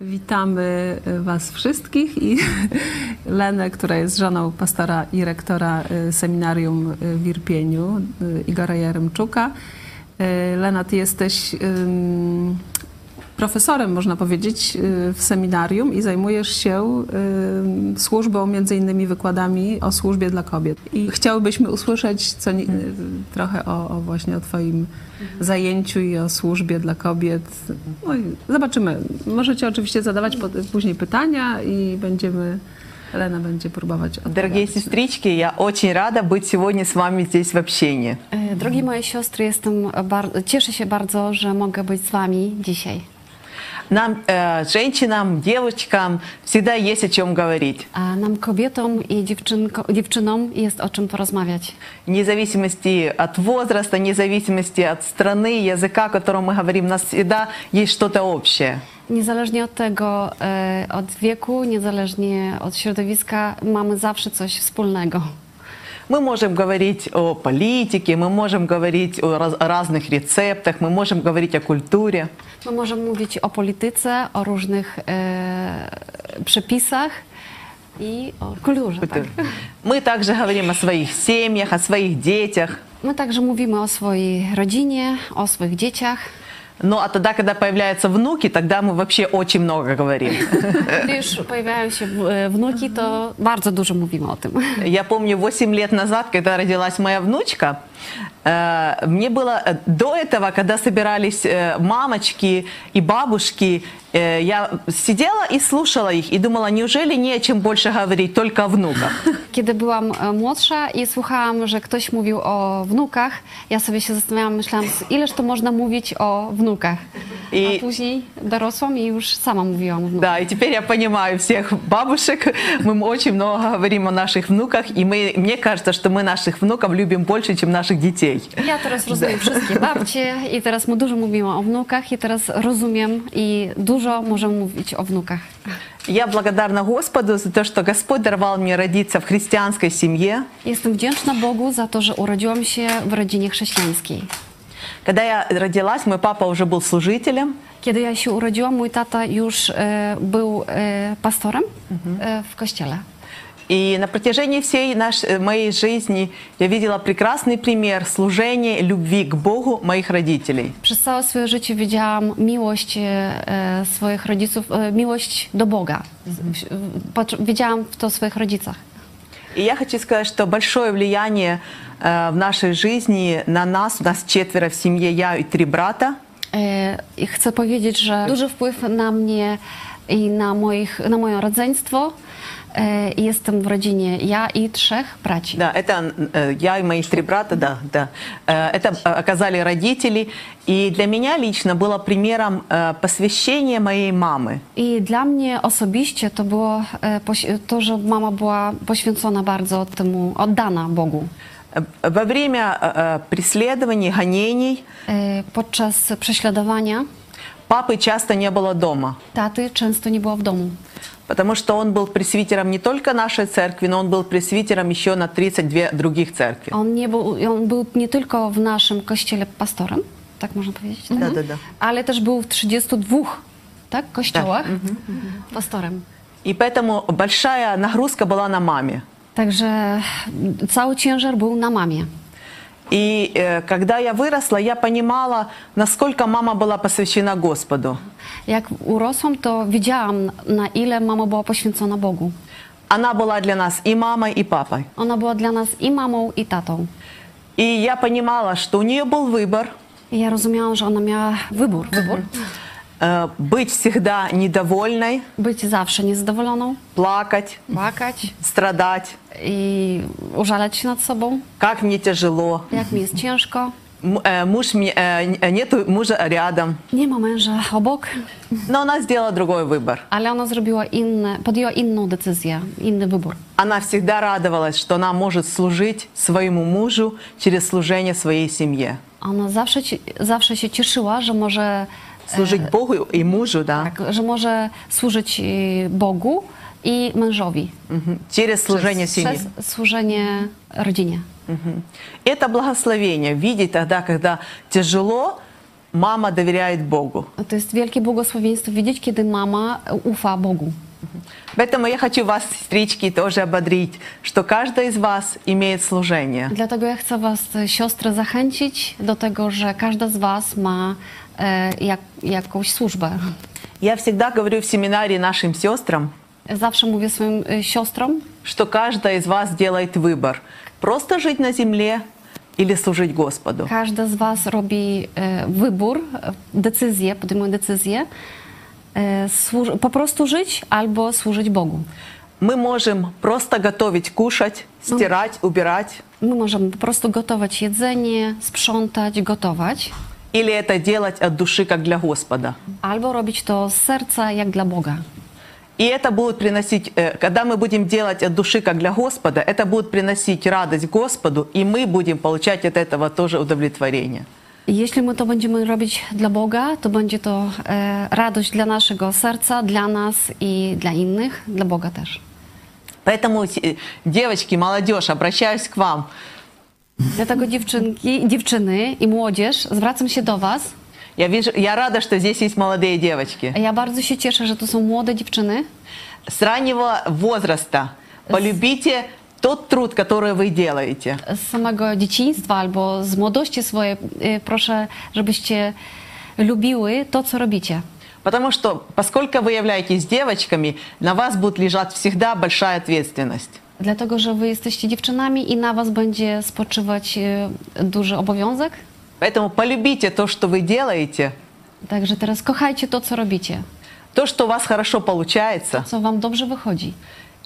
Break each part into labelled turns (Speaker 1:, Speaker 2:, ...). Speaker 1: Witamy Was wszystkich i Lenę, która jest żoną pastora i rektora y, seminarium y, w Irpieniu, y, Igora Jaremczuka. Y, Lena, Ty jesteś ym, profesorem, można powiedzieć, y, w seminarium i zajmujesz się y, ym, służbą, między innymi wykładami o służbie dla kobiet. I chciałbyśmy usłyszeć co, ni- y, trochę o, o właśnie o Twoim zajęciu i o służbie dla kobiet. No i zobaczymy. Możecie oczywiście zadawać po, później pytania i będziemy, Lena będzie próbować
Speaker 2: Дорогие
Speaker 1: odpowiadać.
Speaker 2: сестрички, я очень рада быть сегодня с вами здесь в общении.
Speaker 3: E, Drogie moje siostry, jestem bar- cieszę się bardzo, że mogę być z wami dzisiaj.
Speaker 2: Нам, э, женщинам, девочкам всегда есть о чем говорить.
Speaker 3: A nam kobietom i dziewczynko- dziewczynom jest o czym porozmawiać.
Speaker 2: Вне зависимости от возраста, вне зависимости от страны, языка, о котором мы говорим, у нас всегда есть что-то общее.
Speaker 3: Niezależnie od tego, e, od wieku, niezależnie od środowiska, mamy zawsze coś wspólnego.
Speaker 2: Мы можем говорить о политике, мы можем говорить о раз- о разных рецептах, мы можем говорить о культуре.
Speaker 3: My możemy mówić o polityce, o różnych e, przepisach i o kulturze. Tak.
Speaker 2: Мы также говорим о своих семьях, о своих детях.
Speaker 3: My także mówimy o swojej rodzinie, o swoich dzieciach.
Speaker 2: Ну а тогда, когда появляются внуки, тогда мы вообще очень много говорим.
Speaker 3: Gdy już pojawiają się e, wnuki, to bardzo dużo mówimy o tym.
Speaker 2: Я помню, 8 лет назад, когда родилась моя внучка, э, мне было э, до этого, когда собирались э, мамочки и бабушки, э, я сидела и слушала их и думала, неужели не о чем больше говорить, только о внуках.
Speaker 3: Kiedy byłam e, młodsza i słuchałam, że ktoś mówił o wnukach, ja sobie się zastanawiałam, myślałam, z- ileż to można mówić o wnukach.
Speaker 2: I-
Speaker 3: A później dorosłam i już sama mówiłam o wnukach.
Speaker 2: Да, и теперь я понимаю всех бабушек. Мы очень много говорим о наших внуках, и мы, мне кажется, что мы наших внуков любим больше, чем наших детей.
Speaker 3: Ja teraz rozumiem wszystkie babcie i teraz mu dużo mówiłam o wnukach i teraz rozumiem i dużo możemy mówić o wnukach.
Speaker 2: Я благодарна Господу за то, что Господь даровал мне родиться в христианской семье.
Speaker 3: Jestem wdzięczna Bogu za to, że urodziłam się w rodzinie chrześcijańskiej.
Speaker 2: Когда я родилась, мой папа уже был служителем.
Speaker 3: Kiedy ja się urodziłam, mój tata już e, był e, pastorem e, w kościele.
Speaker 2: И на протяжении всей наш- э, моей жизни я видела прекрасный пример служения, любви к Богу моих родителей.
Speaker 3: Przez całe swoje życie widziałam miłość e, swoich rodziców, e, miłość do Boga. W- w- patr- Widziałam w to w swoich rodzicach.
Speaker 2: И я хочу сказать, что большое влияние э, в нашей жизни на нас, у нас четверо в семье, я и три брата,
Speaker 3: E, I chcę powiedzieć, że duży wpływ na mnie i na, moich, na moje rodzeństwo. E, Jestem w rodzinie ja i trzech braci.
Speaker 2: Да, это э, я и мои три брата, да, да. Э, Это э, оказали родители. И для меня лично было примером э, посвящения моей мамы.
Speaker 3: I dla mnie osobiście to było e, poś- to, że mama była poświęcona bardzo temu, oddana Bogu.
Speaker 2: Э, Во время э, э, преследований, гонений
Speaker 3: E, Podczas prześladowania
Speaker 2: папы часто не было дома,
Speaker 3: taty często nie było w domu.
Speaker 2: потому что он был пресвитером не только нашей церкви, но он был пресвитером еще на 32 других церкви.
Speaker 3: On, nie był, on był nie tylko w naszym kościele pastorem, tak można powiedzieć, tak?
Speaker 2: Da, Mhm. da, da.
Speaker 3: ale też był w 32 tak, kościołach
Speaker 2: Mhm,
Speaker 3: pastorem.
Speaker 2: И поэтому большая нагрузка была на маме.
Speaker 3: Także cały ciężar był na mamie.
Speaker 2: И э, когда я выросла, я понимала, насколько мама была посвящена Господу.
Speaker 3: Jak urosłam, to widziałam, na ile mama była poświęcona Bogu.
Speaker 2: Она была для нас и мамой, и папой.
Speaker 3: Ona była dla nas i mamą, i tatą.
Speaker 2: И я понимала, что у нее был выбор
Speaker 3: I ja rozumiałam, że ona miała wybór, wybór.
Speaker 2: э, быть всегда недовольной,
Speaker 3: Być zawsze niezadowoloną,
Speaker 2: плакать,
Speaker 3: płakać
Speaker 2: страдать,
Speaker 3: i użalać się nad sobą,
Speaker 2: как мне тяжело.
Speaker 3: jak mi jest ciężko.
Speaker 2: М- э, Муж мне, э, нету мужа рядом.
Speaker 3: Nie ma męża obok,
Speaker 2: Но она сделала другой выбор.
Speaker 3: ale ona zrobiła inne, podjęła inną decyzję, inny wybór.
Speaker 2: Она всегда радовалась, что она может служить своему мужу через служение своей семье.
Speaker 3: Ona zawsze, ci- zawsze się cieszyła, że może,
Speaker 2: Служить Богу и мужу, да,
Speaker 3: tak, że może służyć y, Bogu i mężowi.
Speaker 2: Мгм. через служение семьи.
Speaker 3: Przez służenie rodzinie.
Speaker 2: Это благословение видеть тогда, когда тяжело, мама доверяет Богу.
Speaker 3: To jest wielkie błogosławieństwo widzieć, kiedy mama ufa Bogu.
Speaker 2: Поэтому я хочу вас, сестрички, тоже ободрить, что каждая из вас имеет служение.
Speaker 3: Dlatego ja chcę Was, e, siostry, zachęcić do tego, że każda z Was ma e, jak, jakąś służbę.
Speaker 2: Я всегда говорю в семинаре нашим сестрам,
Speaker 3: Zawsze mówię swoim e, siostrom,
Speaker 2: что каждая из вас делает выбор, просто жить на земле или служить Господу.
Speaker 3: każda z Was robi e, wybór, e, decyzję, podejmuje decyzję, e, służ- po prostu żyć albo służyć Bogu.
Speaker 2: Мы можем просто готовить, кушать, стирать, убирать.
Speaker 3: My możemy po prostu gotować jedzenie, sprzątać, gotować,
Speaker 2: Или это делать от души, как для Господа.
Speaker 3: albo robić to z serca, jak dla Boga.
Speaker 2: И это будет приносить, э, когда мы будем делать от души, как для Господа, это будет приносить радость Господу, и мы будем получать от этого тоже удовлетворение.
Speaker 3: Jeśli my to będziemy robić dla Boga, to będzie to e, radość dla naszego serca, dla nas i dla innych, dla Boga też.
Speaker 2: Поэтому, э, девочки, молодежь, обращаюсь к вам.
Speaker 3: Dlatego dziewczynki, dziewczyny i młodzież, zwracam się do Was.
Speaker 2: Я, вижу, я рада, что здесь есть молодые девочки.
Speaker 3: Ja bardzo się cieszę, że to są młode dziewczyny.
Speaker 2: С раннего возраста полюбите тот труд, который вы делаете.
Speaker 3: Z samego dzieciństwa albo z młodości swojej e, proszę, żebyście lubiły to, co robicie.
Speaker 2: Потому что, поскольку вы являетесь девочками, на вас будет лежать всегда большая ответственность.
Speaker 3: Dlatego, że Wy jesteście dziewczynami i na Was będzie spoczywać e, duży obowiązek.
Speaker 2: Поэтому полюбите то, что вы делаете,
Speaker 3: Także teraz kochajcie to, co robicie.
Speaker 2: то, что у вас хорошо получается,
Speaker 3: co wam dobrze wychodzi.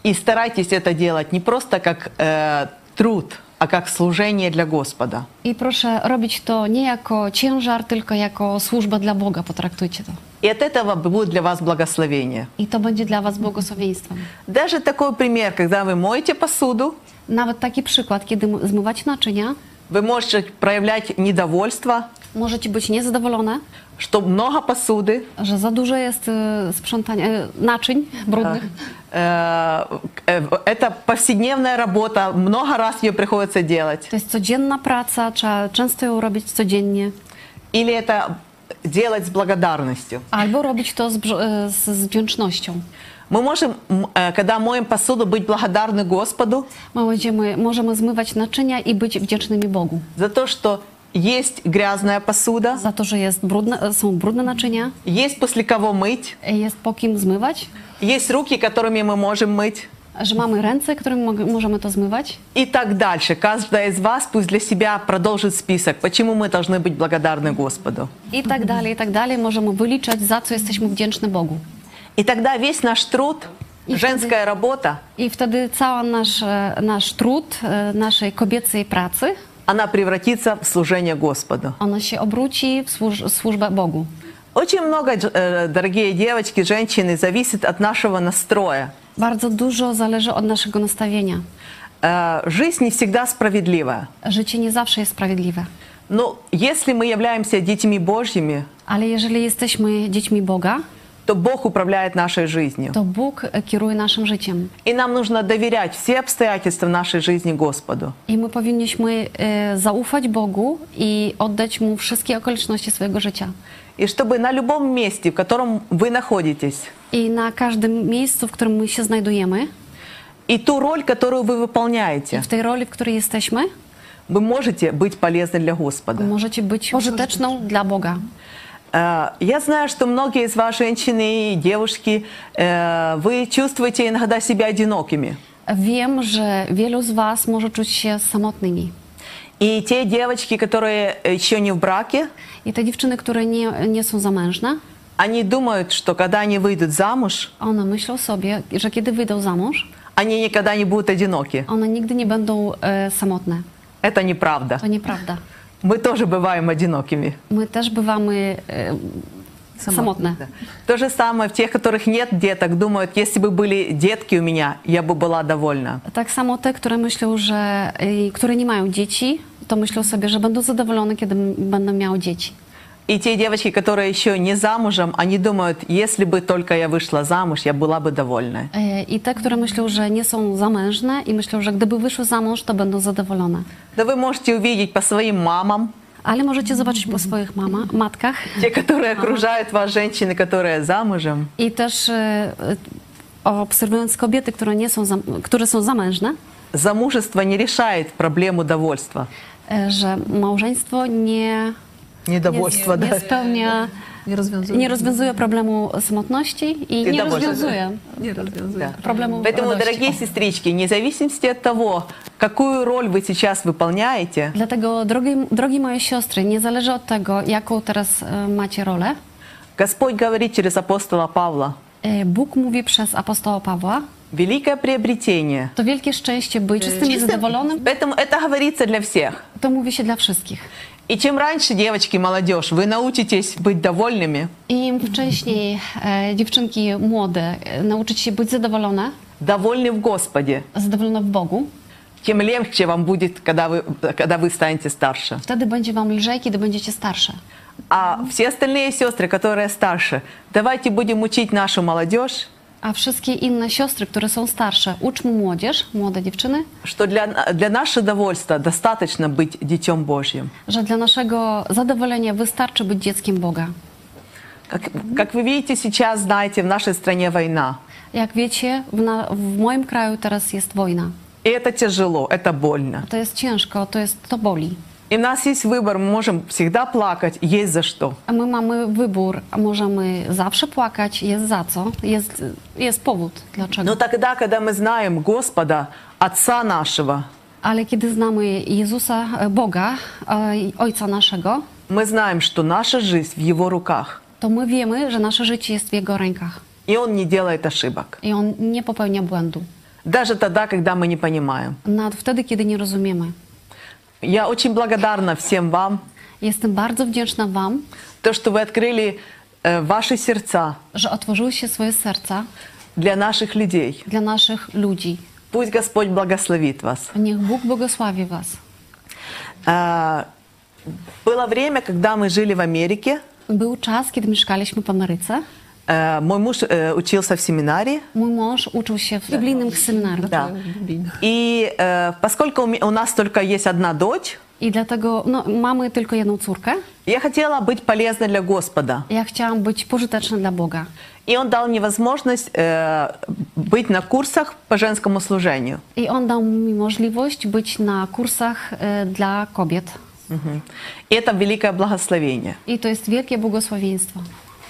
Speaker 2: и старайтесь это делать не просто как э, труд, а как служение для Господа.
Speaker 3: I proszę robić to nie jako ciężar, tylko jako służba dla Boga. Potraktujcie to.
Speaker 2: И от этого будет для вас благословение.
Speaker 3: I to będzie dla was błogosławieństwem.
Speaker 2: Даже такой пример, когда вы моете посуду,
Speaker 3: Nawet taki przykład, kiedy m- zmywać naczynia,
Speaker 2: вы можете проявлять недовольство,
Speaker 3: możecie być niezadowolone,
Speaker 2: что много посуды,
Speaker 3: że za dużo jest y, sprzątania y, naczyń brudnych.
Speaker 2: Tak. Э, э, это повседневная работа, много раз ее приходится делать.
Speaker 3: To jest codzienna praca, trzeba często ją robić codziennie.
Speaker 2: Или это делать с благодарностью.
Speaker 3: Albo robić to z, brz- y, z, z wdzięcznością.
Speaker 2: Мы можем, м, э, когда моем посуду, быть благодарны Господу
Speaker 3: My będziemy, możemy zmywać naczynia i być wdzięcznymi Bogu
Speaker 2: за то, что есть gрязная посуда,
Speaker 3: za to, że jest brudne, y, są brudne naczynia,
Speaker 2: есть после кого мыть,
Speaker 3: jest po kim zmywać,
Speaker 2: есть руки, которыми мы можем мыть
Speaker 3: że mamy ręce, którymi mog- możemy to zmywać.
Speaker 2: и так дальше. Каждая из вас пусть для себя продолжит список, почему мы должны быть благодарны Господу.
Speaker 3: I tak dalej, i tak dalej. Możemy wyliczać, za co jesteśmy wdzięczni Bogu.
Speaker 2: И тогда весь наш труд,
Speaker 3: И
Speaker 2: женская работа,
Speaker 3: I wtedy cały nasz, e, nasz trud e, naszej kobiecej pracy,
Speaker 2: она превратится в служение Господу.
Speaker 3: ona się obróci w służ- służbę Bogu.
Speaker 2: Очень много, дж- э, дорогие девочки, женщины, зависит от нашего настроя.
Speaker 3: Bardzo dużo zależy od naszego nastawienia.
Speaker 2: Э, Жизнь не всегда справедливая.
Speaker 3: Życie nie zawsze jest sprawiedliwe.
Speaker 2: Но если мы являемся детьми Божьими,
Speaker 3: Ale jeżeli jesteśmy dziećmi Boga,
Speaker 2: то Бог управляет нашей жизнью.
Speaker 3: to Bóg e, kieruje naszym życiem.
Speaker 2: И нам нужно доверять все обстоятельства нашей жизни Господу.
Speaker 3: I my powinniśmy e, zaufać Bogu i oddać Mu wszystkie okoliczności swojego życia.
Speaker 2: И чтобы на любом месте, в котором вы находитесь,
Speaker 3: I na każdym miejscu, w którym my się znajdujemy,
Speaker 2: и ту роль, которую вы
Speaker 3: i
Speaker 2: выполняете,
Speaker 3: w tej roli, w której jesteśmy,
Speaker 2: вы можете быть полезны для Господа.
Speaker 3: możecie być pożyteczną dla Boga.
Speaker 2: Э, Я знаю, что многие из вас, женщины и девушки, э, вы чувствуете иногда себя одинокими.
Speaker 3: Wiem, że wielu z Was może czuć się samotnymi.
Speaker 2: И те девочки, которые еще не в браке,
Speaker 3: I te dziewczyny, które nie, nie są zamężne,
Speaker 2: они думают, что когда они wyjdą замуж,
Speaker 3: one myślą sobie, że kiedy wyjdą za mąż,
Speaker 2: они никогда не будут одиноки.
Speaker 3: one nigdy nie będą e, samotne.
Speaker 2: Это неправда.
Speaker 3: To nieprawda.
Speaker 2: Мы тоже бываем одинокими.
Speaker 3: My też bywamy e, samotne.
Speaker 2: Да. То же самое в тех, которых нет деток, думают, если бы были детки у меня, я бы была довольна.
Speaker 3: Tak samo te, które myślą, że, e, które nie mają dzieci, to myślą sobie, że będą zadowolone, kiedy m- będą miały dzieci.
Speaker 2: И те девочки, которые еще не замужем, они думают, если бы только я вышла замуж, я была бы довольна.
Speaker 3: E, I te, które myślą, że nie są zamężne i myślą, że gdyby wyszły za mąż, to będą zadowolone.
Speaker 2: Да вы можете увидеть по своим мамам,
Speaker 3: ale możecie zobaczyć po swoich mama, matkach.
Speaker 2: Те, которые окружают вас, женщины, которые замужем.
Speaker 3: I też e, e, obserwując kobiety, które, nie są, zam- które są zamężne,
Speaker 2: Замужество не решает проблему довольства.
Speaker 3: e, że małżeństwo nie,
Speaker 2: Недовольство, да.
Speaker 3: nie spełnia,
Speaker 1: Nie rozwiązuje.
Speaker 3: nie rozwiązuje problemu samotności i
Speaker 2: Ty
Speaker 3: nie
Speaker 2: dobrze.
Speaker 3: rozwiązuje
Speaker 1: Nie rozwiązuje.
Speaker 2: Да.
Speaker 3: problemu
Speaker 2: Поэтому,
Speaker 3: radości.
Speaker 2: дорогие сестрички, вне зависимости от того, какую роль вы сейчас выполняете,
Speaker 3: Dlatego, drogi, drogi moje siostry, nie zależy od tego, jaką teraz e, macie rolę,
Speaker 2: Господь говорит через апостола Павла,
Speaker 3: e, Bóg mówi przez apostoła Pawła,
Speaker 2: великое приобретение.
Speaker 3: to wielkie szczęście być czystym i zadowolonym,
Speaker 2: Поэтому это говорится для всех.
Speaker 3: to mówi się dla wszystkich.
Speaker 2: И чем раньше, девочки, молодежь, вы научитесь быть довольными,
Speaker 3: I Im wcześniej e, dziewczynki młode e, nauczyć się być zadowolone,
Speaker 2: довольны в Господе,
Speaker 3: zadowolone w Bogu,
Speaker 2: тем легче вам будет, когда вы, когда вы станете старше.
Speaker 3: wtedy będzie wam lżej, kiedy będziecie starsze.
Speaker 2: А все остальные сестры, которые старше, давайте будем учить нашу молодежь,
Speaker 3: A wszystkie inne siostry, które są starsze, uczmy młodzież, młode dziewczyny,
Speaker 2: что для, для нашего довольства достаточно быть Детем Божьим.
Speaker 3: że dla naszego zadowolenia wystarczy być dzieckiem Boga.
Speaker 2: Как, как вы видите, сейчас, знаете, в нашей стране война.
Speaker 3: Jak wiecie, w, na, w moim kraju teraz jest wojna.
Speaker 2: И это тяжело, это больно.
Speaker 3: To jest ciężko, to, jest, to boli.
Speaker 2: И у нас есть выбор, мы можем всегда плакать, есть за что.
Speaker 3: A My mamy wybór, a możemy zawsze płakać, jest za co, jest, jest powód dlaczego.
Speaker 2: Но тогда, когда мы знаем Господа, Отца нашего,
Speaker 3: Ale kiedy znamy Jezusa, e, Boga, e, i Ojca naszego,
Speaker 2: мы знаем, что наша жизнь в Его руках,
Speaker 3: to my wiemy, że nasze życie jest w Jego rękach
Speaker 2: и Он не делает ошибок.
Speaker 3: i On nie popełnia błędu.
Speaker 2: Даже тогда, когда мы не poнимаем.
Speaker 3: Nawet wtedy, kiedy nie rozumiemy.
Speaker 2: Я очень благодарна всем вам,
Speaker 3: Jestem bardzo wdzięczna Wam,
Speaker 2: то, что вы открыли э, ваши сердца
Speaker 3: że otworzyły się swoje serca
Speaker 2: для наших людей.
Speaker 3: dla naszych ludzi.
Speaker 2: Пусть Господь благословит вас.
Speaker 3: Niech Bóg błogosławi Was.
Speaker 2: А, Было время, когда мы жили в Америке.
Speaker 3: Był czas, kiedy mieszkaliśmy w Ameryce.
Speaker 2: Э, Мой муж э, учился в семинарии.
Speaker 3: Mój mąż uczył się w biblijnym seminarium.
Speaker 2: Да.
Speaker 1: Бубин.
Speaker 2: И э, поскольку у ме- у нас только есть одна дочь,
Speaker 3: I dlatego no, mamy tylko jedną córkę.
Speaker 2: я хотела быть полезной для Господа.
Speaker 3: Ja chciałam być pożyteczna dla Boga.
Speaker 2: И он дал мне возможность э, быть на курсах по женскому служению.
Speaker 3: I on dał mi możliwość być na kursach e, dla kobiet.
Speaker 2: Мгм. И это великое благословение.
Speaker 3: I to jest wielkie błogosławieństwo.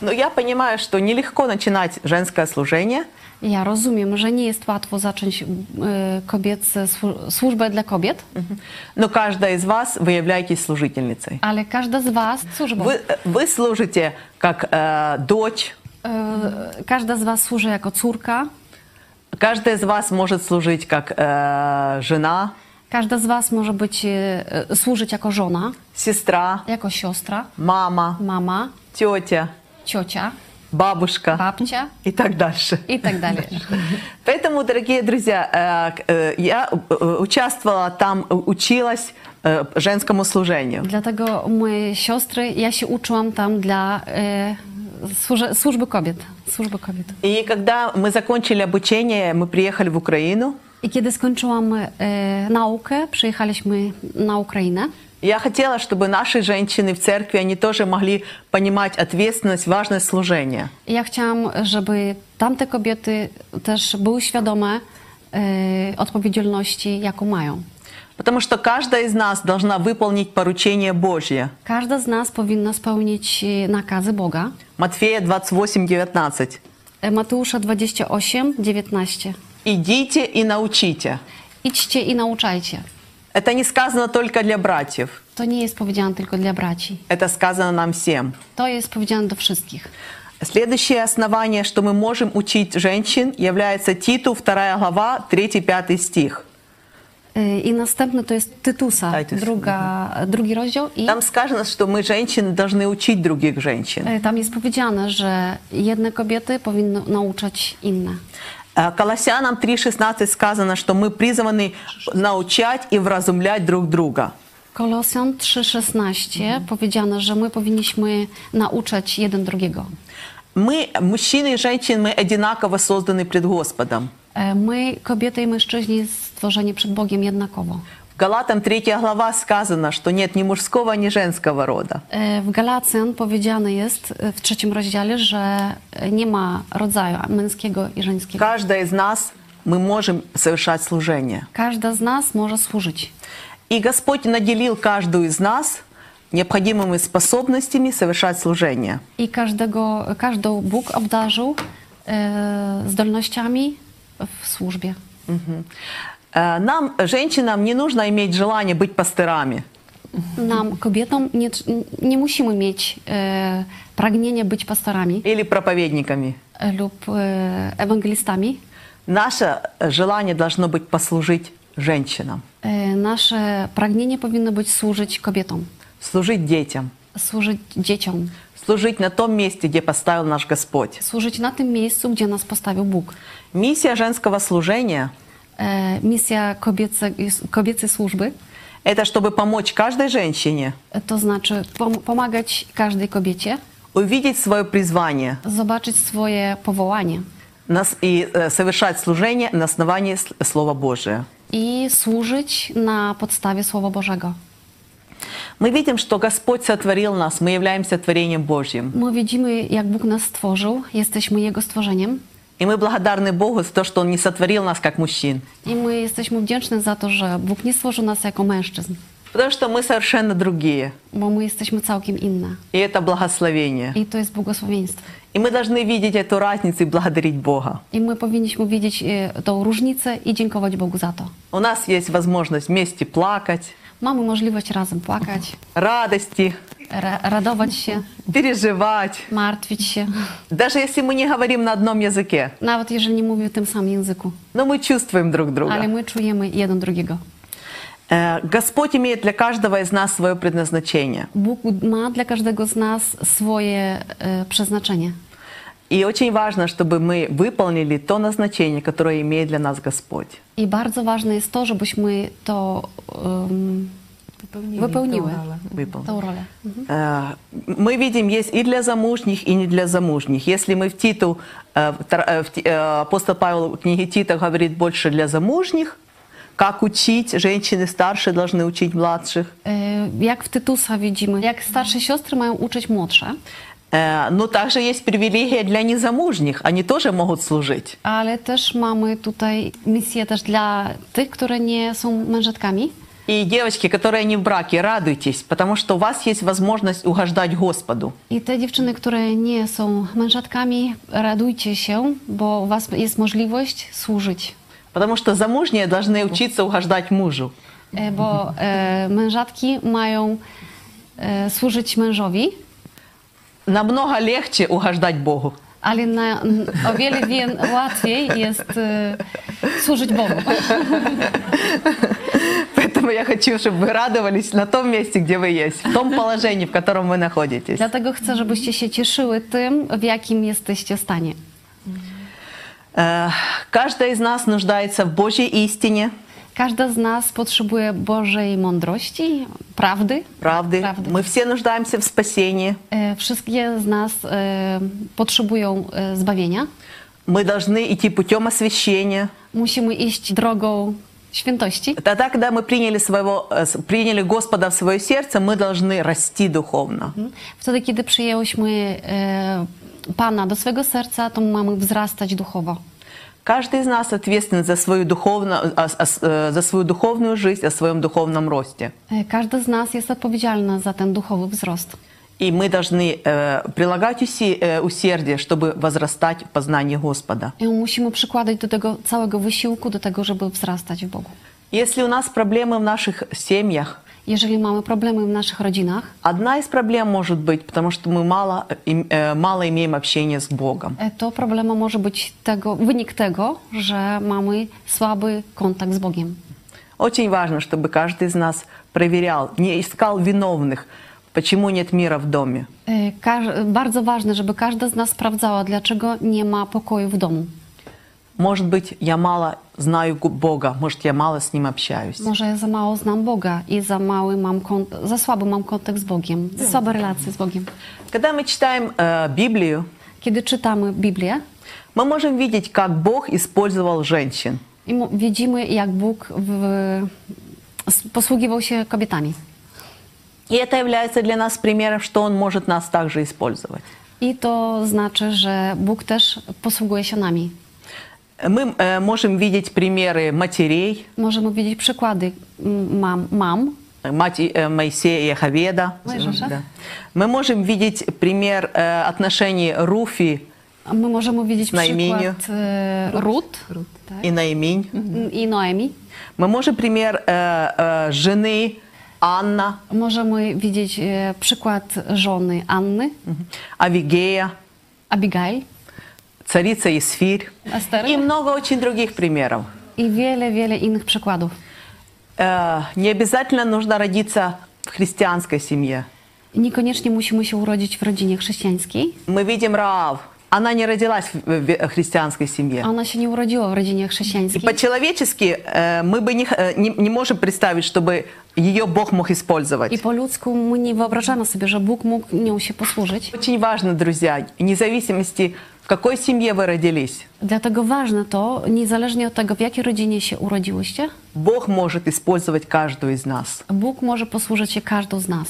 Speaker 2: Но я понимаю, что нелегко начинать женское служение,
Speaker 3: Ja rozumiem, że nie jest łatwo zacząć e, kobiece, słu- służbę dla kobiet,
Speaker 2: но каждая из вас вы являетесь служительницей.
Speaker 3: ale każda z Was służbą.
Speaker 2: Вы, э, вы служите как э, дочь,
Speaker 3: E, Każda z Was służy jako córka,
Speaker 2: каждая из вас может служить как э, жена,
Speaker 3: każda z Was może być, e, e, służyć jako żona,
Speaker 2: сестра,
Speaker 3: jako siostra,
Speaker 2: мама,
Speaker 3: mama,
Speaker 2: тетя,
Speaker 3: ciocia,
Speaker 2: бабушка
Speaker 3: babcia
Speaker 2: и так дальше.
Speaker 3: i tak dalej.
Speaker 2: Поэтому, дорогие друзья, э, к- э, я э, участвовала там, э, училась э, женскому служению.
Speaker 3: Dlatego moje siostry, ja się uczyłam tam dla e, służe, służby kobiet. Służby kobiet.
Speaker 2: И когда мы закончили обучение, мы приехали в Украину.
Speaker 3: I kiedy skończyłam e, naukę, przyjechaliśmy na Ukrainę.
Speaker 2: Я хотела, чтобы наши женщины в церкви, они тоже могли понимать ответственность, важность служения.
Speaker 3: I Ja chciałam, żeby tamte kobiety też były świadome e, odpowiedzialności, jaką mają.
Speaker 2: Потому что каждая из нас должна выполнить поручение Божье.
Speaker 3: Każda z nas powinna spełnić e, nakazy Boga.
Speaker 2: Матфея 28, 19.
Speaker 3: E, Mateusza 28, 19.
Speaker 2: «Идите и научите».
Speaker 3: Idźcie i nauczajcie.
Speaker 2: Это не сказано только для братьев,
Speaker 3: To nie jest powiedziane tylko dla braci.
Speaker 2: это сказано нам всем.
Speaker 3: To jest powiedziane do wszystkich.
Speaker 2: Следующее основание, что мы можем учить женщин, является Титу 2 глава 3-5 стих.
Speaker 3: Y, I następny to jest Tytusa,
Speaker 2: Tytus,
Speaker 3: druga, drugi rozdział i
Speaker 2: Там сказано, что мы женщины должны учить других женщин.
Speaker 3: y, tam jest powiedziane, że jedne kobiety powinny nauczać inne.
Speaker 2: А Колоссянам 3.16 сказано, что мы призваны научать и вразумлять друг друга.
Speaker 3: Kolosjan 3,16 powiedziane, że my powinniśmy nauczać jeden drugiego.
Speaker 2: Мы, мужчины и женщины, мы одинаково созданы пред Господом.
Speaker 3: Y, My, kobiety i mężczyźni, stworzeni przed Bogiem jednakowo.
Speaker 2: Галатам 3 глава сказано, что нет ни мужского, ни женского рода.
Speaker 3: E, W Galacjan powiedziane jest e, w trzecim rozdziale, że e, nie ma rodzaju męskiego i żeńskiego.
Speaker 2: Каждая из нас мы можем совершать служение.
Speaker 3: Każda z nas może służyć.
Speaker 2: И Господь наделил каждую из нас необходимыми способностями совершать служение.
Speaker 3: I każdego, każdą Bóg obdarzył e, zdolnościami w służbie.
Speaker 2: Э, Нам, женщинам, не нужно иметь желание быть пастырами.
Speaker 3: Nam, kobietom, nie, tr- nie musimy mieć e, pragnienia być pastorami
Speaker 2: или проповедниками.
Speaker 3: e, lub e, ewangelistami.
Speaker 2: Наше э, желание должно быть послужить женщинам,
Speaker 3: E, nasze pragnienie powinno być służyć kobietom,
Speaker 2: служить детям,
Speaker 3: służyć dzieciom,
Speaker 2: служить на том месте, где поставил наш Господь.
Speaker 3: służyć na tym miejscu, gdzie nas postawił Bóg.
Speaker 2: Миссия женского служения
Speaker 3: E, misja kobiece, kobiecej służby
Speaker 2: – это чтобы помочь каждой женщине
Speaker 3: e, to znaczy pom- pomagać każdej kobiecie
Speaker 2: увидеть свое призвание
Speaker 3: zobaczyć swoje powołanie
Speaker 2: нас- и э, совершать служение на основании с- Слова Божия.
Speaker 3: i służyć na podstawie Słowa Bożego.
Speaker 2: Мы видим, что Господь сотворил нас, мы являемся творением Божьим.
Speaker 3: My widzimy, jak Bóg nas stworzył, jesteśmy Jego stworzeniem
Speaker 2: И мы благодарны Богу за то, что Он не sotворил нас как мужчин.
Speaker 3: i my jesteśmy wdzięczni za to, że Bóg nie stworzył nas jako mężczyzn,
Speaker 2: Потому что мы совершенно другие.
Speaker 3: bo my jesteśmy całkiem inne.
Speaker 2: И это благословение.
Speaker 3: I to jest błogosławieństwo.
Speaker 2: И мы должны видеть эту разницу и благодарить Бога.
Speaker 3: I my powinniśmy widzieć e, tą różnicę i dziękować Bogu za to.
Speaker 2: У нас есть возможность вместе плакать,
Speaker 3: Mamy możliwość razem płakać,
Speaker 2: радости,
Speaker 3: ra- radować się,
Speaker 2: переживать.
Speaker 3: martwić się,
Speaker 2: Даже если мы не говорим на одном языке,
Speaker 3: nawet jeżeli nie mówię tym samym języku,
Speaker 2: но мы чувствуем друг
Speaker 3: ale
Speaker 2: друга.
Speaker 3: my czujemy jeden drugiego.
Speaker 2: Э, Господь имеет для каждого из нас свое предназначение.
Speaker 3: Bóg ma dla każdego z nas swoje e, przeznaczenie.
Speaker 2: И очень важно, чтобы мы выполнили то назначение, которое имеет для нас Господь.
Speaker 3: I bardzo ważne jest to, żebyśmy to em,
Speaker 1: Wypełniły.
Speaker 3: wypełniły, tą
Speaker 2: Выполнили.
Speaker 3: rolę.
Speaker 2: Э, Мы видим, есть и для замужних, и не для замужних. Если мы в Титу, э, в тр- э, в Ти- э, апостол Павел в книге Тита говорит больше для замужних, как учить, женщины старше должны учить младших.
Speaker 3: E, Jak w Tytusa widzimy, jak starsze siostry mają uczyć młodsze,
Speaker 2: Э, Но также есть привилегия для незамужних, они тоже могут служить.
Speaker 3: ale też mamy tutaj misję też dla tych, które nie są mężatkami.
Speaker 2: И девочки, которые не в браке, радуйтесь, потому что у вас есть возможность угождать Господу.
Speaker 3: I te dziewczyny, które nie są mężatkami, radujcie się, bo u was jest możliwość służyć.
Speaker 2: Потому что замужние должны учиться угождать мужу.
Speaker 3: E, Bo e, mężatki mają e, służyć mężowi,
Speaker 2: Намного легче угождать Богу.
Speaker 3: ale na, n- o wiele wie, łatwiej jest e, służyć Bogu.
Speaker 2: Поэтому я хочу, чтобы вы радовались на том месте, где вы есть, в том положении, в котором вы находитесь.
Speaker 3: Dlatego chcę, żebyście się cieszyły tym, w jakim jesteście stanie.
Speaker 2: Э, Каждая из нас нуждается в Божьей истине,
Speaker 3: Każda z nas potrzebuje Bożej mądrości, prawdy.
Speaker 2: правды.
Speaker 3: Правды.
Speaker 2: Мы все нуждаемся в спасении.
Speaker 3: E, Wszystkie z nas e, potrzebują e, zbawienia.
Speaker 2: Мы должны идти путем освящения.
Speaker 3: Musimy iść drogą świętości.
Speaker 2: Тогда, когда мы приняли, своего, э, с- приняли Господа в свое сердце, мы должны расти духовно.
Speaker 3: Wtedy, kiedy przyjęłyśmy e, Pana do swojego serca, to mamy wzrastać duchowo.
Speaker 2: Каждый из нас ответственен за свою, духовно, а- а- э, за свою духовную жизнь, о своем духовном росте.
Speaker 3: E, Każdy z nas jest odpowiedzialny za ten duchowy wzrost.
Speaker 2: И мы должны э, прилагать уси- э, усердие, чтобы возрастать в познании Господа.
Speaker 3: I musimy przykładać do tego całego wysiłku, do tego, żeby wzrastać w Bogu.
Speaker 2: Если у нас проблемы в наших семьях,
Speaker 3: Jeżeli mamy problemy w naszych rodzinach,
Speaker 2: одна из проблем может быть, потому что мы мало, э, им- э, мало имеем общения с Богом.
Speaker 3: e, to problemem może być tego, wynik tego, że mamy słaby kontakt z Bogiem.
Speaker 2: Очень важно, чтобы каждый из нас проверял, не искал виновных, почему нет мира в доме.
Speaker 3: E, każ- Bardzo ważne, żeby każda z nas sprawdzała, dlaczego nie ma pokoju w domu.
Speaker 2: Может быть, я мало знаю Гу- Бога, может, я мало с Ним общаюсь.
Speaker 3: Może ja za mało znam Boga i za mały mam kont- za słaby mam kontakt z Bogiem, za słabe relacje z Bogiem.
Speaker 2: Когда мы читаем э, Библию,
Speaker 3: Kiedy czytamy Biblię,
Speaker 2: мы можем видеть, как Бог использовал женщин.
Speaker 3: i mo- widzimy, jak Bóg w- s- posługiwał się kobietami.
Speaker 2: И это является для нас примером, что он может нас также использовать.
Speaker 3: I to znaczy, że Bóg też posługuje się nami.
Speaker 2: Мы э, можем видеть примеры матерей,
Speaker 3: Możemy widzieć przykłady mm, mam, mam
Speaker 2: мать И- э, Моисея и Яховеда.
Speaker 3: Моисея.
Speaker 2: Да. Мы можем видеть пример э, отношений Руфи
Speaker 3: A My możemy widzieć
Speaker 2: Na imieniu. Mhm.
Speaker 3: przykład e, Rut tak?
Speaker 2: и Наиминь.
Speaker 3: i Noemi.
Speaker 2: Мы можем пример э, э, жены Анна,
Speaker 3: Możemy widzieć e, przykład żony Anny,
Speaker 2: Авигея,
Speaker 3: Abigail,
Speaker 2: царица Исфирь.
Speaker 3: Астер
Speaker 2: И много очень других примеров.
Speaker 3: i wiele, wiele innych przykładów.
Speaker 2: Э, не обязательно нужно родиться в христианской семье.
Speaker 3: Niekoniecznie musimy się urodzić w rodzinie chrześcijańskiej.
Speaker 2: Мы видим Раав. Она не родилась в- в христианской семье.
Speaker 3: Ona się nie urodziła w rodzinie
Speaker 2: И
Speaker 3: chrześcijańskiej.
Speaker 2: по-человечески э, мы бы не, х- э, не, не можем представить, чтобы ее Бог мог использовать.
Speaker 3: I po ludzku my nie wyobrażamy sobie, że Bóg mógł nią się posłużyć.
Speaker 2: Очень важно, друзья, вне зависимости, в какой семье вы родились,
Speaker 3: Dlatego ważne to, niezależnie od tego, w jakiej rodzinie się urodziłyście,
Speaker 2: Бог может использовать каждую из нас.
Speaker 3: Bóg może posłużyć się każdą z nas.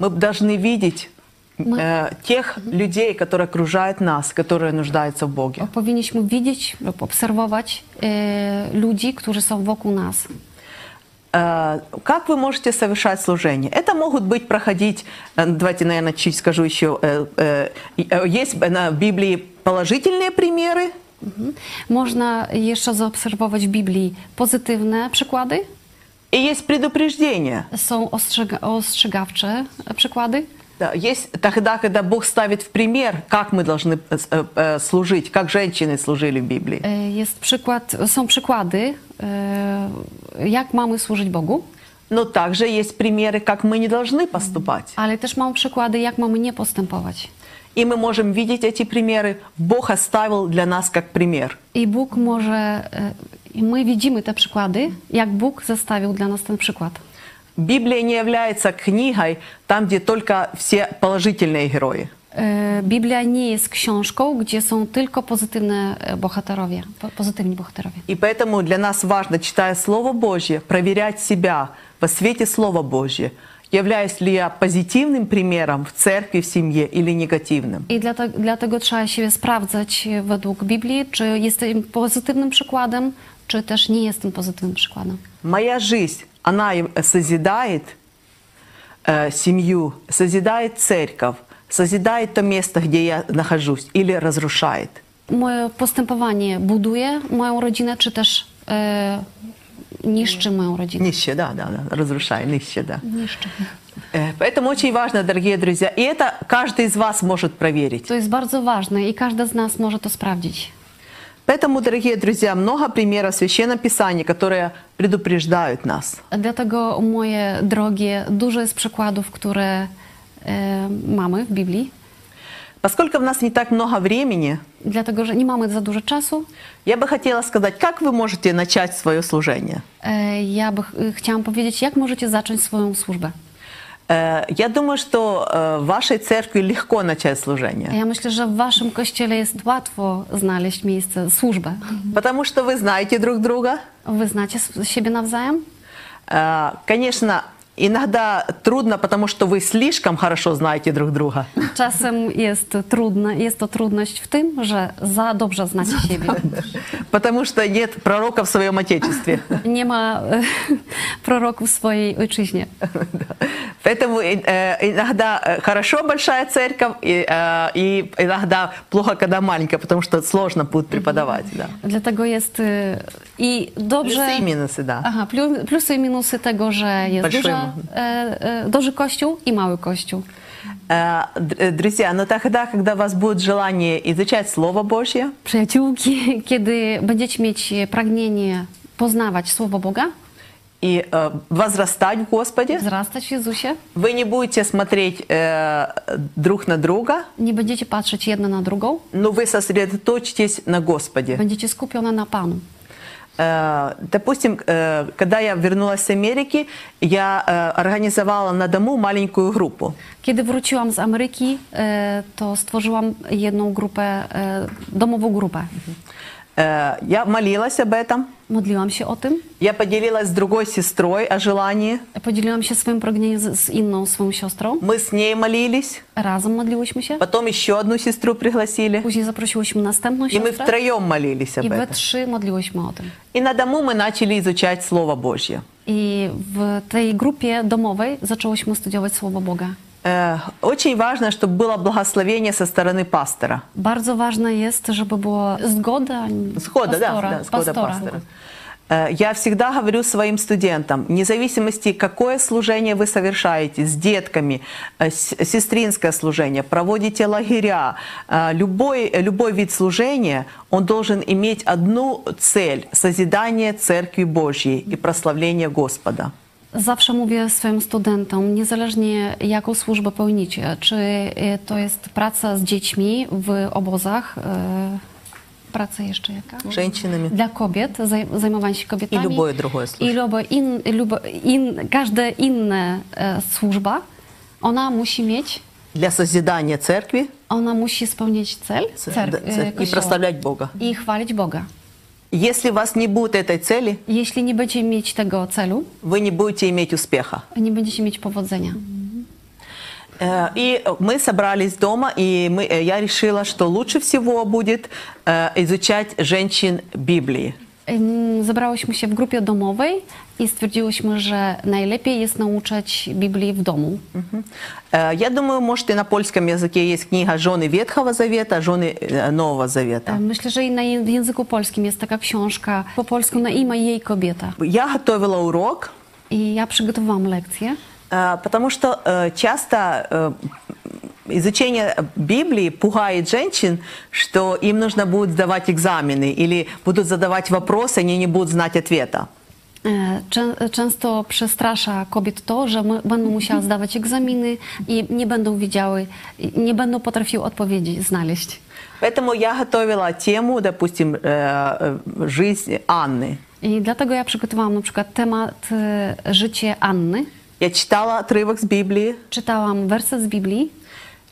Speaker 2: Мы должны видеть
Speaker 3: Мы-
Speaker 2: э, тех людей, которые окружают нас, которые нуждаются в Боге.
Speaker 3: Powinniśmy widzieć lub obserwować e, ludzi, którzy są wokół nas.
Speaker 2: Э, Как вы можете совершать служение? Это могут быть проходить, э, давайте, наверное, чуть скажу еще, э, э, и- э, есть на Библии положительные примеры,
Speaker 3: Mhm. Można jeszcze zaobserwować w Biblii pozytywne przykłady,
Speaker 2: и есть предупреждения.
Speaker 3: są ostrzega- ostrzegawcze przykłady.
Speaker 2: Да, есть тогда, когда Бог ставит в пример, как мы должны э, с- э, э, служить, как женщины служили в Библии.
Speaker 3: E, Jest przykład, są przykłady, e, jak mamy służyć Bogu,
Speaker 2: Но также есть примеры, как мы не должны поступать.
Speaker 3: ale też mamy przykłady, jak mamy nie postępować.
Speaker 2: И мы можем видеть эти примеры. Бог оставил для нас как пример.
Speaker 3: I Bóg może, e, i my widzimy te przykłady, jak Bóg zostawił dla nas ten przykład.
Speaker 2: Библия не является книгой, там, где только все положительные герои.
Speaker 3: E, Biblia nie jest książką, gdzie są tylko pozytywne e, bohaterowie, po- pozytywni bohaterowie.
Speaker 2: И поэтому для нас важно, читая Слово Божье, проверять себя во свете Слова Божье. Являюсь ли я позитивным примером в церкви, в семье или негативным?
Speaker 3: I dlatego, dlatego trzeba siebie sprawdzać e, według Biblii, czy jestem pozytywnym przykładem, czy też nie jestem pozytywnym przykładem.
Speaker 2: Моя жизнь, она и созидает э, семью, созидает церковь, созидает то место, где я нахожусь, или разрушает.
Speaker 3: Moje postępowanie buduje moją rodzinę, czy też e, niszczy moją rodzinę?
Speaker 2: Нище, да, да, да, разрушает, нище, да.
Speaker 3: Niszczy.
Speaker 2: Э, Поэтому очень важно, дорогие друзья, и это каждый из вас может проверить.
Speaker 3: To jest bardzo ważne i każda z nas może to sprawdzić.
Speaker 2: Поэтому, дорогие друзья, много примеров в Священном Писании, которые предупреждают нас.
Speaker 3: Dlatego, moje drogie, dużo jest przykładów, które e, mamy w Biblii.
Speaker 2: Поскольку у нас не так много времени,
Speaker 3: Dlatego, że nie mamy za dużo czasu,
Speaker 2: я бы хотела сказать, как вы можете начать свое служение?
Speaker 3: e, ja by, ch- chciałam powiedzieć, jak możecie zacząć swoją służbę.
Speaker 2: Э, Я думаю, что э, в вашей церкви легко начать служение,
Speaker 3: Ja myślę, że w waszym kościele jest łatwo znaleźć miejsce, służbę.
Speaker 2: потому что вы знаете друг друга.
Speaker 3: Wy znacie s- siebie nawzajem?
Speaker 2: Э, Конечно, иногда трудно, потому что вы slишком хорошо знаете друг друga.
Speaker 3: Czasem jest, trudne, jest to trudność w tym, że za dobrze znacie siebie.
Speaker 2: потому что нет пророка в своем отечестве.
Speaker 3: Nie ma e, proroków w swojej ojczyźnie.
Speaker 2: Поэтому э, э, иногда э, хорошо большая церковь, и, э, и иногда плохо, когда маленькая, потому что сложно будет преподавать. Да.
Speaker 3: Dlatego jest e, i dobrze.
Speaker 2: Плюсы и минусы, да.
Speaker 3: Aha, plu- plusy i minusy tego, że jest
Speaker 2: Большой
Speaker 3: duża,
Speaker 2: ma-
Speaker 3: e, e, duży kościół i mały kościół.
Speaker 2: Э, др- э, Друзья, но тогда, когда у вас будет желание изучать Слово Божье,
Speaker 3: Przyjaciółki, kiedy będziecie mieć pragnienie poznawać Słowo Boga,
Speaker 2: и э, возрастать в Господе,
Speaker 3: wzrastać w Jezusie,
Speaker 2: вы не будете смотреть э, друг на друга,
Speaker 3: nie będziecie patrzeć jedna na drugą,
Speaker 2: но вы сосредоточитесь на Господе.
Speaker 3: będziecie skupione na Panu.
Speaker 2: Э, допустим, э, когда я вернулась с Америки, я э, организовала на дому маленькую группу.
Speaker 3: Kiedy wróciłam z Ameryki, e, to stworzyłam jedną grupę, e, domową grupę.
Speaker 2: Э, Э, Я молилась об этом.
Speaker 3: Modliłam się o tym.
Speaker 2: Я поделилась с другой сестрой о желании.
Speaker 3: Podzieliłam się swoim pragnieniem z, z inną swoją siostrą.
Speaker 2: Мы с ней молились.
Speaker 3: Razem modliłyśmy się.
Speaker 2: Потом еще одну сестру пригласили.
Speaker 3: Później zaprosiłyśmy następną
Speaker 2: И мы
Speaker 3: siostrę.
Speaker 2: втроем молились
Speaker 3: I
Speaker 2: об
Speaker 3: we
Speaker 2: этом.
Speaker 3: trzy modliłyśmy o tym.
Speaker 2: И на дому мы начали изучать Слово Божье.
Speaker 3: I w tej grupie domowej zaczęłyśmy studiować Słowo Boga.
Speaker 2: Э, Очень важно, чтобы было благословение со стороны пастора.
Speaker 3: Bardzo ważne jest, żeby była zgoda
Speaker 2: Схода, да,
Speaker 3: pastora.
Speaker 2: да, схода
Speaker 3: pastora.
Speaker 2: пастора. Э, Я всегда говорю своим студентам, вне зависимости, какое служение вы совершаете с детками, э, с- сестринское служение, проводите лагеря, э, любой, любой вид служения, он должен иметь одну цель – созидание Церкви Божьей и прославление Господа.
Speaker 3: Zawsze mówię swoim studentom, niezależnie jaką służbę pełnicie, czy e, to jest praca z dziećmi w obozach, e, praca jeszcze jaka?
Speaker 2: Женщинами.
Speaker 3: Dla kobiet, zaj- zajmowanie się kobietami.
Speaker 2: I luboje drugie służby.
Speaker 3: I lubo, in, lubo, in, każde inne e, służba, ona musi mieć,
Speaker 2: Для созидания Церкви
Speaker 3: ona musi spełnić cel
Speaker 2: ц-
Speaker 3: cerk-
Speaker 2: да,
Speaker 3: e,
Speaker 2: ц- и
Speaker 3: kościoła.
Speaker 2: прославлять Бога.
Speaker 3: i chwalić Boga.
Speaker 2: Если у вас не будет этой цели,
Speaker 3: Jeśli nie będziecie mieć tego celu,
Speaker 2: вы не будете иметь успеха.
Speaker 3: nie będziecie mieć powodzenia.
Speaker 2: Э, И мы собрались дома, и мы, э, я решила, что лучше всего будет э, изучать женщин Библии.
Speaker 3: Ym, Zebrałyśmy się w grupie domowej i stwierdziłyśmy, że najlepiej jest nauczać Biblii w domu.
Speaker 2: Мгм. Э, Я думаю, может, и на польском языке есть книга «Жены Ветхого Завета», «Жены э, Нового Завета».
Speaker 3: E, Myślę, że i na, w języku polskim jest taka książka po polsku na imię jej kobieta.
Speaker 2: Я готовила урок,
Speaker 3: I ja przygotowałam lekcję,
Speaker 2: э, потому что э, часто э, изучение Библии пугает женщин, что им нужно будет сдавать экзамены или будут задавать вопросы, они не будут знать ответа.
Speaker 3: E, czę- Często przestrasza kobiet to, że my- będą musiały zdawać egzaminy i nie będą wiedziały, i nie będą potrafiły odpowiedzi znaleźć.
Speaker 2: Поэтому я готовила тему, допустим, э, э, жизнь Анны.
Speaker 3: I dlatego ja przygotowałam na przykład temat e, Życie Anny.
Speaker 2: Я читала отрывок с Библии
Speaker 3: Czytałam werset z Biblii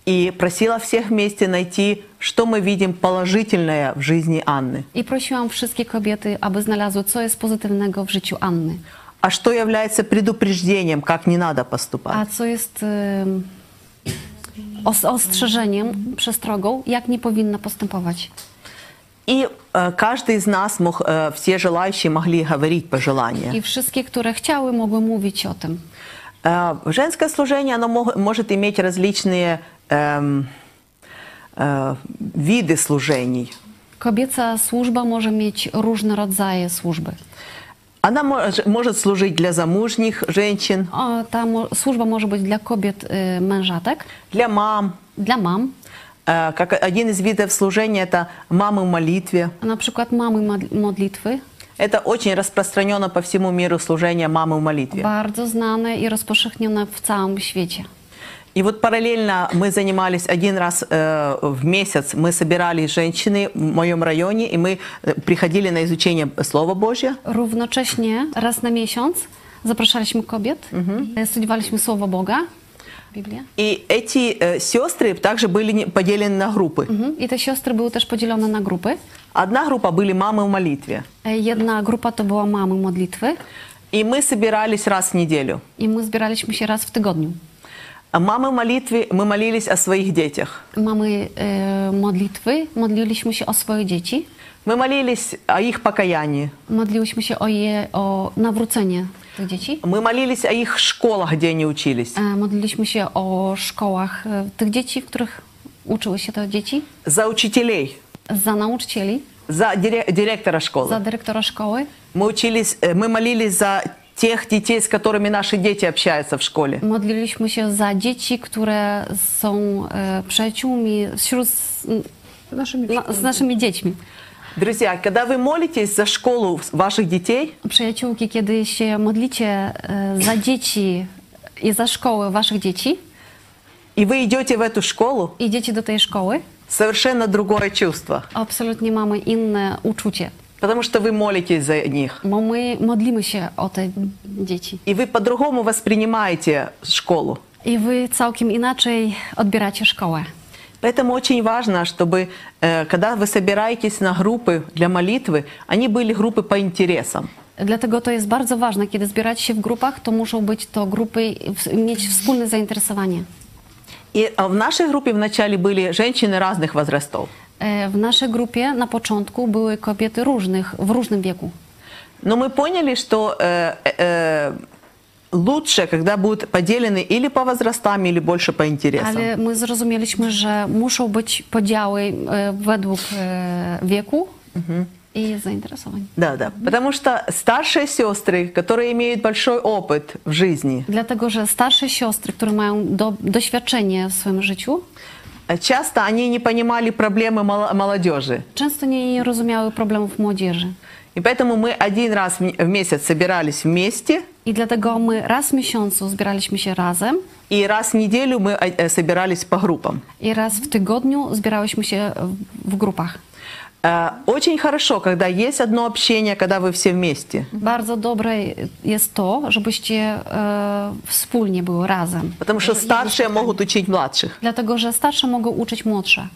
Speaker 2: и просила всех вместе найти, что мы видим положительное в жизни Анны,
Speaker 3: I prosiłam wszystkie kobiety, aby znalazły, co jest pozytywnego w życiu Anny,
Speaker 2: а что является предупреждением, как не надо
Speaker 3: a
Speaker 2: поступать.
Speaker 3: co jest ym, os- ostrzeżeniem, przestrogą, jak nie powinna postępować.
Speaker 2: И э, каждый из нас мог, э, все желающие могли говорить пожелания.
Speaker 3: I wszystkie, które chciały, mogły mówić o tym.
Speaker 2: Э, Женское служение, оно мог- может иметь различные эм, э, виды служений.
Speaker 3: Kobieca służba może mieć różne rodzaje służby.
Speaker 2: Она мож- может служить для замужних женщин,
Speaker 3: O, ta mo- służba może być dla kobiet y, mężatek,
Speaker 2: для мам.
Speaker 3: dla mam.
Speaker 2: Э, Как один из видов служения – это мамы в молитве.
Speaker 3: A na przykład mamy mod- modlitwy,
Speaker 2: Это очень распространено по всему миру служение мамы в молитве.
Speaker 3: bardzo znane i rozpowszechnione w całym świecie.
Speaker 2: И вот параллельно мы занимались один раз э, в месяц, мы собирались женщины в моем районе, и мы э, приходили на изучение Слова Божье.
Speaker 3: Równocześnie raz na miesiąc zapraszaliśmy kobiet, e, studiowaliśmy Słowo Boga, Biblię.
Speaker 2: И эти э, сестры также были не- поделены на группы.
Speaker 3: Mhm. I te siostry były też podzielone na grupy.
Speaker 2: Одна группа были мамы в молитве.
Speaker 3: E, Jedna grupa to była mamy modlitwy
Speaker 2: И мы собирались раз в неделю.
Speaker 3: i my zbieraliśmy się raz w tygodniu.
Speaker 2: А Мамы в молитве, мы молились о своих детях.
Speaker 3: Mamy e, modlitwy, modliliśmy się o swoje dzieci,
Speaker 2: Мы молились о их покаянии.
Speaker 3: modliłyśmy się o je, o nawrócenie tych dzieci.
Speaker 2: Мы молились о их школах, где они учились.
Speaker 3: E, modliliśmy się o szkołach e, tych dzieci, w których uczyły się te dzieci,
Speaker 2: За учителей,
Speaker 3: za nauczycieli,
Speaker 2: за дире- директора
Speaker 3: za
Speaker 2: школы.
Speaker 3: dyrektora шkoły.
Speaker 2: Мы, учились, э, мы молились за тех детей, с которыми наши дети общаются в школе.
Speaker 3: А. Modliliśmy się za dzieci, które są e, przyjaciółmi wśród, s-
Speaker 1: Naszymi
Speaker 3: na, z naszymi dziećmi.
Speaker 2: Друзья, когда вы молитесь за школу с- ваших детей,
Speaker 3: Przyjaciółki, kiedy się modlicie e, za dzieci i za szkołę waszych dzieci,
Speaker 2: и вы идете в эту школу,
Speaker 3: idziecie do tej szkoły,
Speaker 2: совершенно другое чувство.
Speaker 3: absolutnie mamy inne uczucie,
Speaker 2: Потому что вы молитесь за них.
Speaker 3: bo my modlimy się o te dzieci.
Speaker 2: И вы по-другому воспринимаете школу.
Speaker 3: I wy całkiem inaczej odbieracie szkołę.
Speaker 2: Поэтому очень важно, чтобы, э, когда вы собираетесь на группы для молитвы, они были группы по интересам.
Speaker 3: Dlatego to jest bardzo ważne, kiedy zbierać się w grupach, to muszą być to grupy, w- mieć wspólne zainteresowanie.
Speaker 2: И а, в нашей группе вначале были женщины разных возрастов.
Speaker 3: E, W naszej grupie na początku były kobiety różnych, w różnym wieku.
Speaker 2: Но мы поняли, что э, э, лучше, когда будут поделены или по возрастам, или больше по интересам.
Speaker 3: Ale my zrozumieliśmy, że muszą być podziały e, według e, wieku i zainteresowań.
Speaker 2: Да, да. Потому что старшие сестры, которые имеют большой опыт в жизни,
Speaker 3: Dlatego, że starsze siostry, które mają do, doświadczenie w swoim życiu,
Speaker 2: э, часто они не понимали проблемы мало- молодежи.
Speaker 3: często nie rozumiały problemów młodzieży.
Speaker 2: И поэтому мы один раз в м- в месяц собирались вместе,
Speaker 3: I dlatego my raz w miesiącu zbieraliśmy się razem
Speaker 2: и раз в неделю мы э, э, собирались по группам.
Speaker 3: i raz w tygodniu zbierałyśmy się w- w grupach.
Speaker 2: Э, Очень хорошо, когда есть одно общение, когда вы все вместе.
Speaker 3: Bardzo dobre jest to, żebyście e, wspólnie były razem.
Speaker 2: Потому что старшие могут учить младших.
Speaker 3: Dlatego, że starsze mogą uczyć młodsze,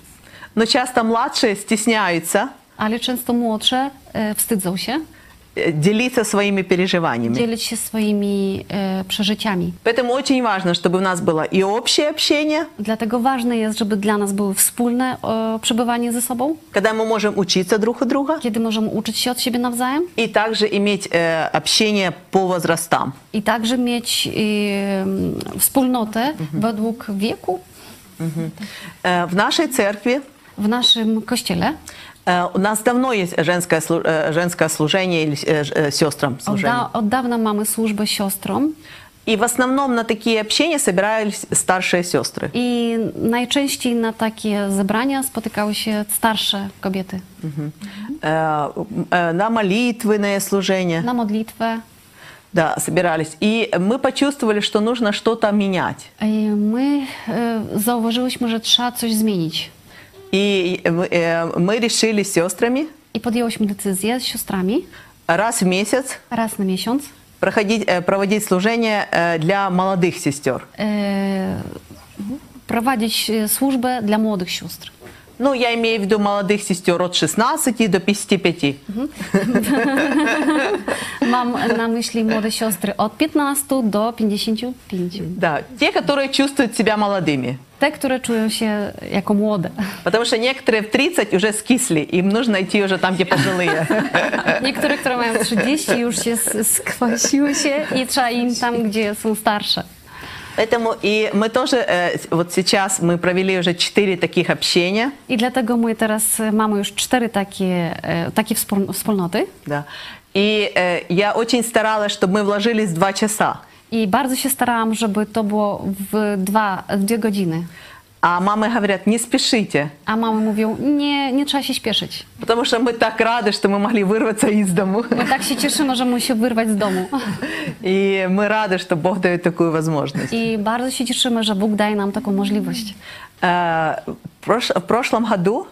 Speaker 2: Но часто младшие стесняются
Speaker 3: ale często młodsze e, wstydzą się
Speaker 2: э, делиться своими переживаниями.
Speaker 3: dzielić się swoimi e, przeżyciami.
Speaker 2: Поэтому очень важно, чтобы у нас было и общее общение,
Speaker 3: Dlatego ważne jest, żeby dla nas były wspólne e, przebywanie ze sobą,
Speaker 2: когда мы можем учиться друг у друга,
Speaker 3: kiedy możemy uczyć się od siebie nawzajem
Speaker 2: и также иметь э, общение по возрастам.
Speaker 3: i także mieć e, m, wspólnotę według wieku
Speaker 2: Э, в нашей церкви
Speaker 3: w naszym kościele.
Speaker 2: э, у нас давно есть женское, слу- э, женское служение или э, ж- э, сестрам
Speaker 3: Od,
Speaker 2: служение.
Speaker 3: da, od dawna mamy służbę siostrom
Speaker 2: И в основном на такие общения собирались старшие сестры.
Speaker 3: i najczęściej na takie zebrania spotykały się starsze kobiety
Speaker 2: Э, м, э, на молитвенные служения.
Speaker 3: na modlitwę.
Speaker 2: Да, собирались. И мы почувствовали, что нужно что-то менять.
Speaker 3: I My e, zauważyłyśmy, że trzeba coś zmienić
Speaker 2: И э, мы- э, мы решили с сестрами
Speaker 3: i podjęłyśmy decyzję z siostrami,
Speaker 2: раз в месяц
Speaker 3: raz na miesiąc
Speaker 2: проходить, э, проводить служение э, для молодых сестер.
Speaker 3: e, prowadzić e, służbę dla młodych sióstr.
Speaker 2: Ну, я имею в виду молодых сестер от 16 до 55.
Speaker 3: Mam na myśli młode siostry od 15 do 55.
Speaker 2: Да, те, которые чувствуют себя молодыми.
Speaker 3: Te, które czują się jako młode.
Speaker 2: Потому что некоторые в 30 уже скисли, им нужно идти уже там, где пожилые.
Speaker 3: Niektóre, które mają 30 już się s- skwasiły się i trzeba im tam, gdzie są starsze.
Speaker 2: Поэтому и мы тоже, э, с- вот сейчас мы провели уже 4 таких общения,
Speaker 3: I dlatego my teraz e, mamy już cztery takie, e, takie wspól- wspólnoty.
Speaker 2: да, и э, я очень старалась, чтобы мы вложились 2 часа.
Speaker 3: I bardzo się starałam, żeby to było w dwa, w dwie godziny.
Speaker 2: А мамы говорят, не спешите,
Speaker 3: A mamy mówią, nie, nie trzeba się śpieszyć.
Speaker 2: потому что мы так рады, что мы могли вырваться из дому.
Speaker 3: My tak się cieszymy, że musimy się wyrwać z domu.
Speaker 2: И мы рады, что Бог дает такую возможность.
Speaker 3: I bardzo się cieszymy, że Bóg daje nam taką możliwość.
Speaker 2: Э, в прош- в прошлом году,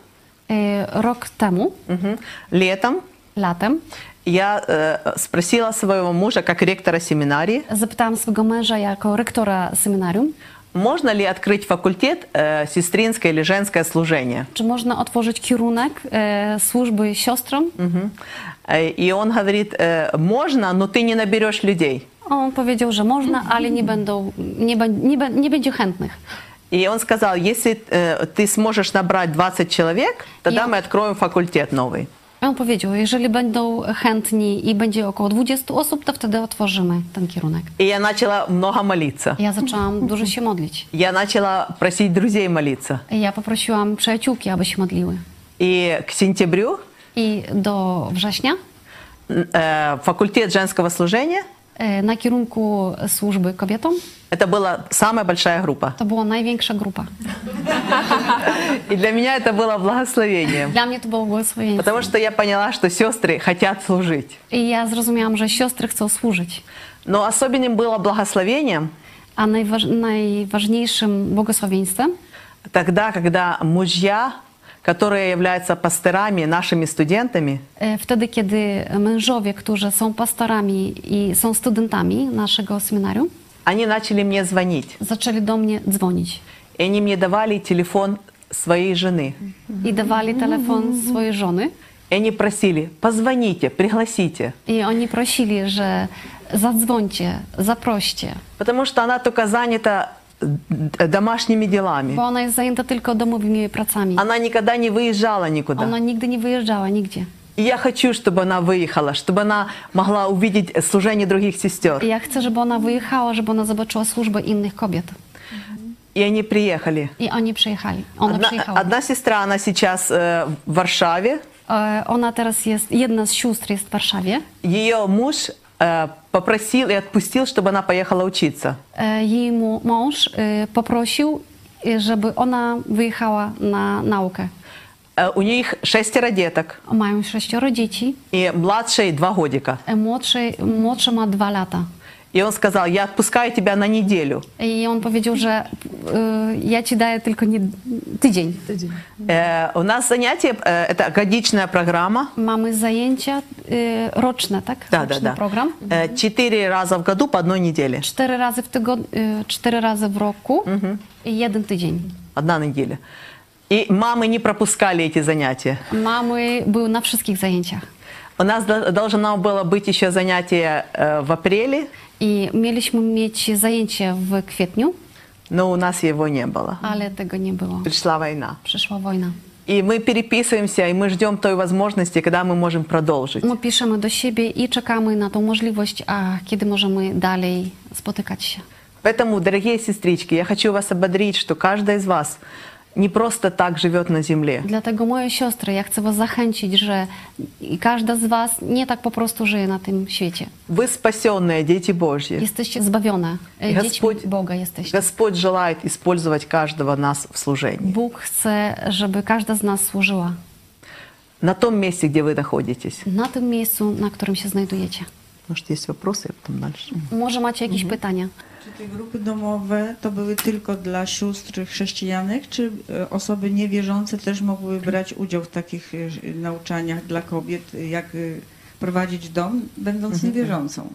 Speaker 3: E, Rok temu,
Speaker 2: мгм, летом,
Speaker 3: latem,
Speaker 2: я э, спросила своего мужа, как ректора семинарии,
Speaker 3: zapytałam swego męża jako rektora seminarium,
Speaker 2: можно ли открыть факультет э, сестринское или женское служение.
Speaker 3: czy można otworzyć kierunek e, służby siostrom.
Speaker 2: Мгм. Э, И он говорит, «Э, можно, но ты не nabierешь людей.
Speaker 3: On powiedział, że można, ale nie, będą, nie, bę- nie, bę- nie będzie chętnych.
Speaker 2: И он сказал, если э, ты сможешь набрать 20 человек, тогда
Speaker 3: Я-
Speaker 2: мы откроем факультет новый.
Speaker 3: On powiedział, jeżeli będą chętni i będzie około 20 osób, to wtedy otworzymy ten kierunek.
Speaker 2: И я начала много молиться.
Speaker 3: Ja zaczęłam dużo się modlić.
Speaker 2: Я начала просить друзей молиться.
Speaker 3: Ja poprosiłam przyjaciółki, aby się modliły.
Speaker 2: И к сентябрю
Speaker 3: I do września
Speaker 2: э, факультет женского служения,
Speaker 3: e, na kierunku służby kobietom
Speaker 2: это была самая большая группа.
Speaker 3: to była największa grupa.
Speaker 2: И для меня это было благословением.
Speaker 3: Dla mnie to było błogosławieństwo.
Speaker 2: Потому что я поняла, что сестры хотят служить.
Speaker 3: I ja zrozumiałam, że siostry chcą służyć.
Speaker 2: Но особенным было благословением
Speaker 3: A najważ, najważniejszym błogosławieństwem
Speaker 2: тогда, когда мужья, которые являются пасторами, нашими студентами,
Speaker 3: e, wtedy, kiedy mężowie, którzy są pastorami i są studentami naszego seminarium,
Speaker 2: они начали мне звонить.
Speaker 3: zaczęli do mnie dzwonić.
Speaker 2: И они мне давали телефон своей жены.
Speaker 3: i dawali telefon swojej żony.
Speaker 2: И они просили, позвоните, пригласите.
Speaker 3: I oni prosili, że zadzwońcie, zaproście,
Speaker 2: Потому что она только занята д- домашними делами.
Speaker 3: bo ona jest zajęta tylko domowymi pracami.
Speaker 2: Она никогда не выезжала никуда.
Speaker 3: Ona nigdy nie wyjeżdżała nigdzie.
Speaker 2: И я хочу, чтобы она выехала, чтобы она могла увидеть служение других
Speaker 3: I
Speaker 2: сестер.
Speaker 3: ja chcę, żeby ona wyjechała, żeby ona zobaczyła służbę innych kobiet.
Speaker 2: И они приехали.
Speaker 3: I oni przyjechali. Ona
Speaker 2: Одна,
Speaker 3: przyjechała.
Speaker 2: одна сестра, она сейчас э, в Варшаве.
Speaker 3: E, Ona teraz jest, jedna z sióstr jest w Warszawie.
Speaker 2: Ее муж э, попросил и отпустил, чтобы она поехала учиться.
Speaker 3: E, Jej mu, mąż e, poprosił, e, żeby ona wyjechała na naukę.
Speaker 2: Э, у них шестеро деток.
Speaker 3: Mają sześcioro dzieci.
Speaker 2: И младший два годика.
Speaker 3: E, Młodszy, młodszy ma dwa lata.
Speaker 2: И он сказал, я отпускаю тебя на неделю.
Speaker 3: I on powiedział, że e, ja ci daję tylko nie, tydzień.
Speaker 1: Tydzień.
Speaker 2: Э, у нас занятие, э, это годичная программа.
Speaker 3: Mamy zajęcia e, roczne, tak?
Speaker 2: Да, да,
Speaker 3: Roczny
Speaker 2: да.
Speaker 3: program.
Speaker 2: Э, Четыре раза в году по одной неделе.
Speaker 3: Cztery razy w tygodniu, e, cztery razy w roku i jeden tydzień.
Speaker 2: Одна неделя. И мамы не пропускали эти занятия.
Speaker 3: Mamy były на wszystkich zajęciach.
Speaker 2: У нас до- должно было быть еще занятие э, в апреле,
Speaker 3: I mieliśmy mieć zajęcie w kwietniu,
Speaker 2: но у нас его не было.
Speaker 3: ale tego nie było.
Speaker 2: Пришла война.
Speaker 3: Przyszła wojna.
Speaker 2: И мы переписываемся, и мы ждем той возможности, когда мы можем продолжить.
Speaker 3: My piszemy do siebie i czekamy na tą możliwość, a kiedy możemy dalej spotykać się.
Speaker 2: Поэтому, дорогие сестрички, я хочу вас ободрить, что каждая из вас не просто так живет на земле.
Speaker 3: Dlatego moje siostry, ja chcę was zachęcić, że każda z was nie tak po prostu żyje na tym świecie.
Speaker 2: Вы спасенные дети Божьи.
Speaker 3: Jesteście zbawione.
Speaker 2: I
Speaker 3: E, Dziećmi
Speaker 2: Господь-
Speaker 3: Boga jesteście.
Speaker 2: Господь желает использовать каждого нас в служении.
Speaker 3: Bóg chce, żeby każda z nas służyła
Speaker 2: На том месте, где вы находитесь.
Speaker 3: na tym miejscu, na którym się znajdujecie.
Speaker 2: Может, есть вопросы, я потом дальше.
Speaker 3: Może macie jakieś pytania?
Speaker 4: Czy te grupy domowe to były tylko dla sióstr chrześcijanek, czy e, osoby niewierzące też mogły brać udział w takich e, ż- nauczaniach dla kobiet, e, jak e, prowadzić dom, będąc
Speaker 5: Mhm,
Speaker 4: niewierzącą?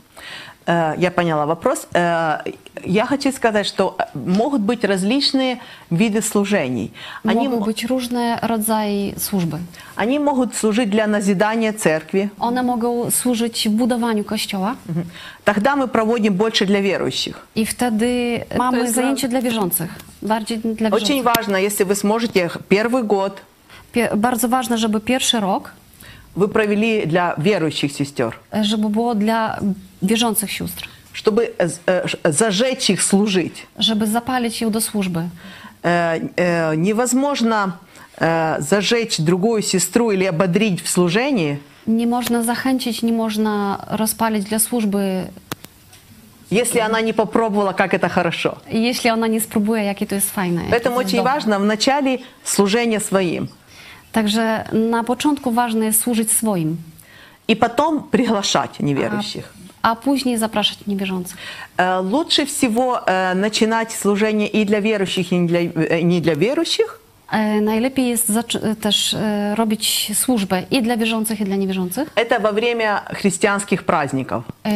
Speaker 2: Э, Я поняла вопрос. Э, Я хочу сказать, что э, могут быть различные виды служений. Они,
Speaker 3: Mogą
Speaker 2: м-
Speaker 3: być różne rodzaje służby.
Speaker 2: они могут служить для назидания церкви.
Speaker 3: One mogą służyć budowaniu kościoła
Speaker 2: Мгм. Тогда мы проводим больше для верующих.
Speaker 3: i wtedy mamy
Speaker 1: jest
Speaker 3: zajęcie dla wierzących. Bardziej dla
Speaker 2: Очень
Speaker 3: wierzących.
Speaker 2: важно, если вы сможете первый год
Speaker 3: Pie- bardzo ważne, żeby pierwszy rok,
Speaker 2: вы провели для верующих сестер,
Speaker 3: e, żeby było dla wierzących sióstr,
Speaker 2: чтобы э, э, ш- зажечь их служить.
Speaker 3: żeby zapalić ją do służby.
Speaker 2: Э, э, Невозможно э, зажечь другую сестру или ободрить в служении,
Speaker 3: Nie można zachęcić, nie można rozpalić dla służby,
Speaker 2: если она не попробовала, как это хорошо.
Speaker 3: jeśli ona nie spróbuje, jakie to jest fajne. jakie
Speaker 2: Поэтому
Speaker 3: to jest
Speaker 2: очень
Speaker 3: dobre.
Speaker 2: важно в начале служение своим.
Speaker 3: Także na początku ważne jest służyć swoim,
Speaker 2: И потом приглашать
Speaker 3: a,
Speaker 2: неверующих.
Speaker 3: a później zapraszać niewierzących.
Speaker 2: Э, Лучше всего э, начинать служение и для верующих, и не для, э, не для верующих.
Speaker 3: E, Najlepiej jest zaczy- e, też e, robić służbę i dla wierzących, i dla niewierzących
Speaker 2: Это во время христианскich праздников.
Speaker 3: e,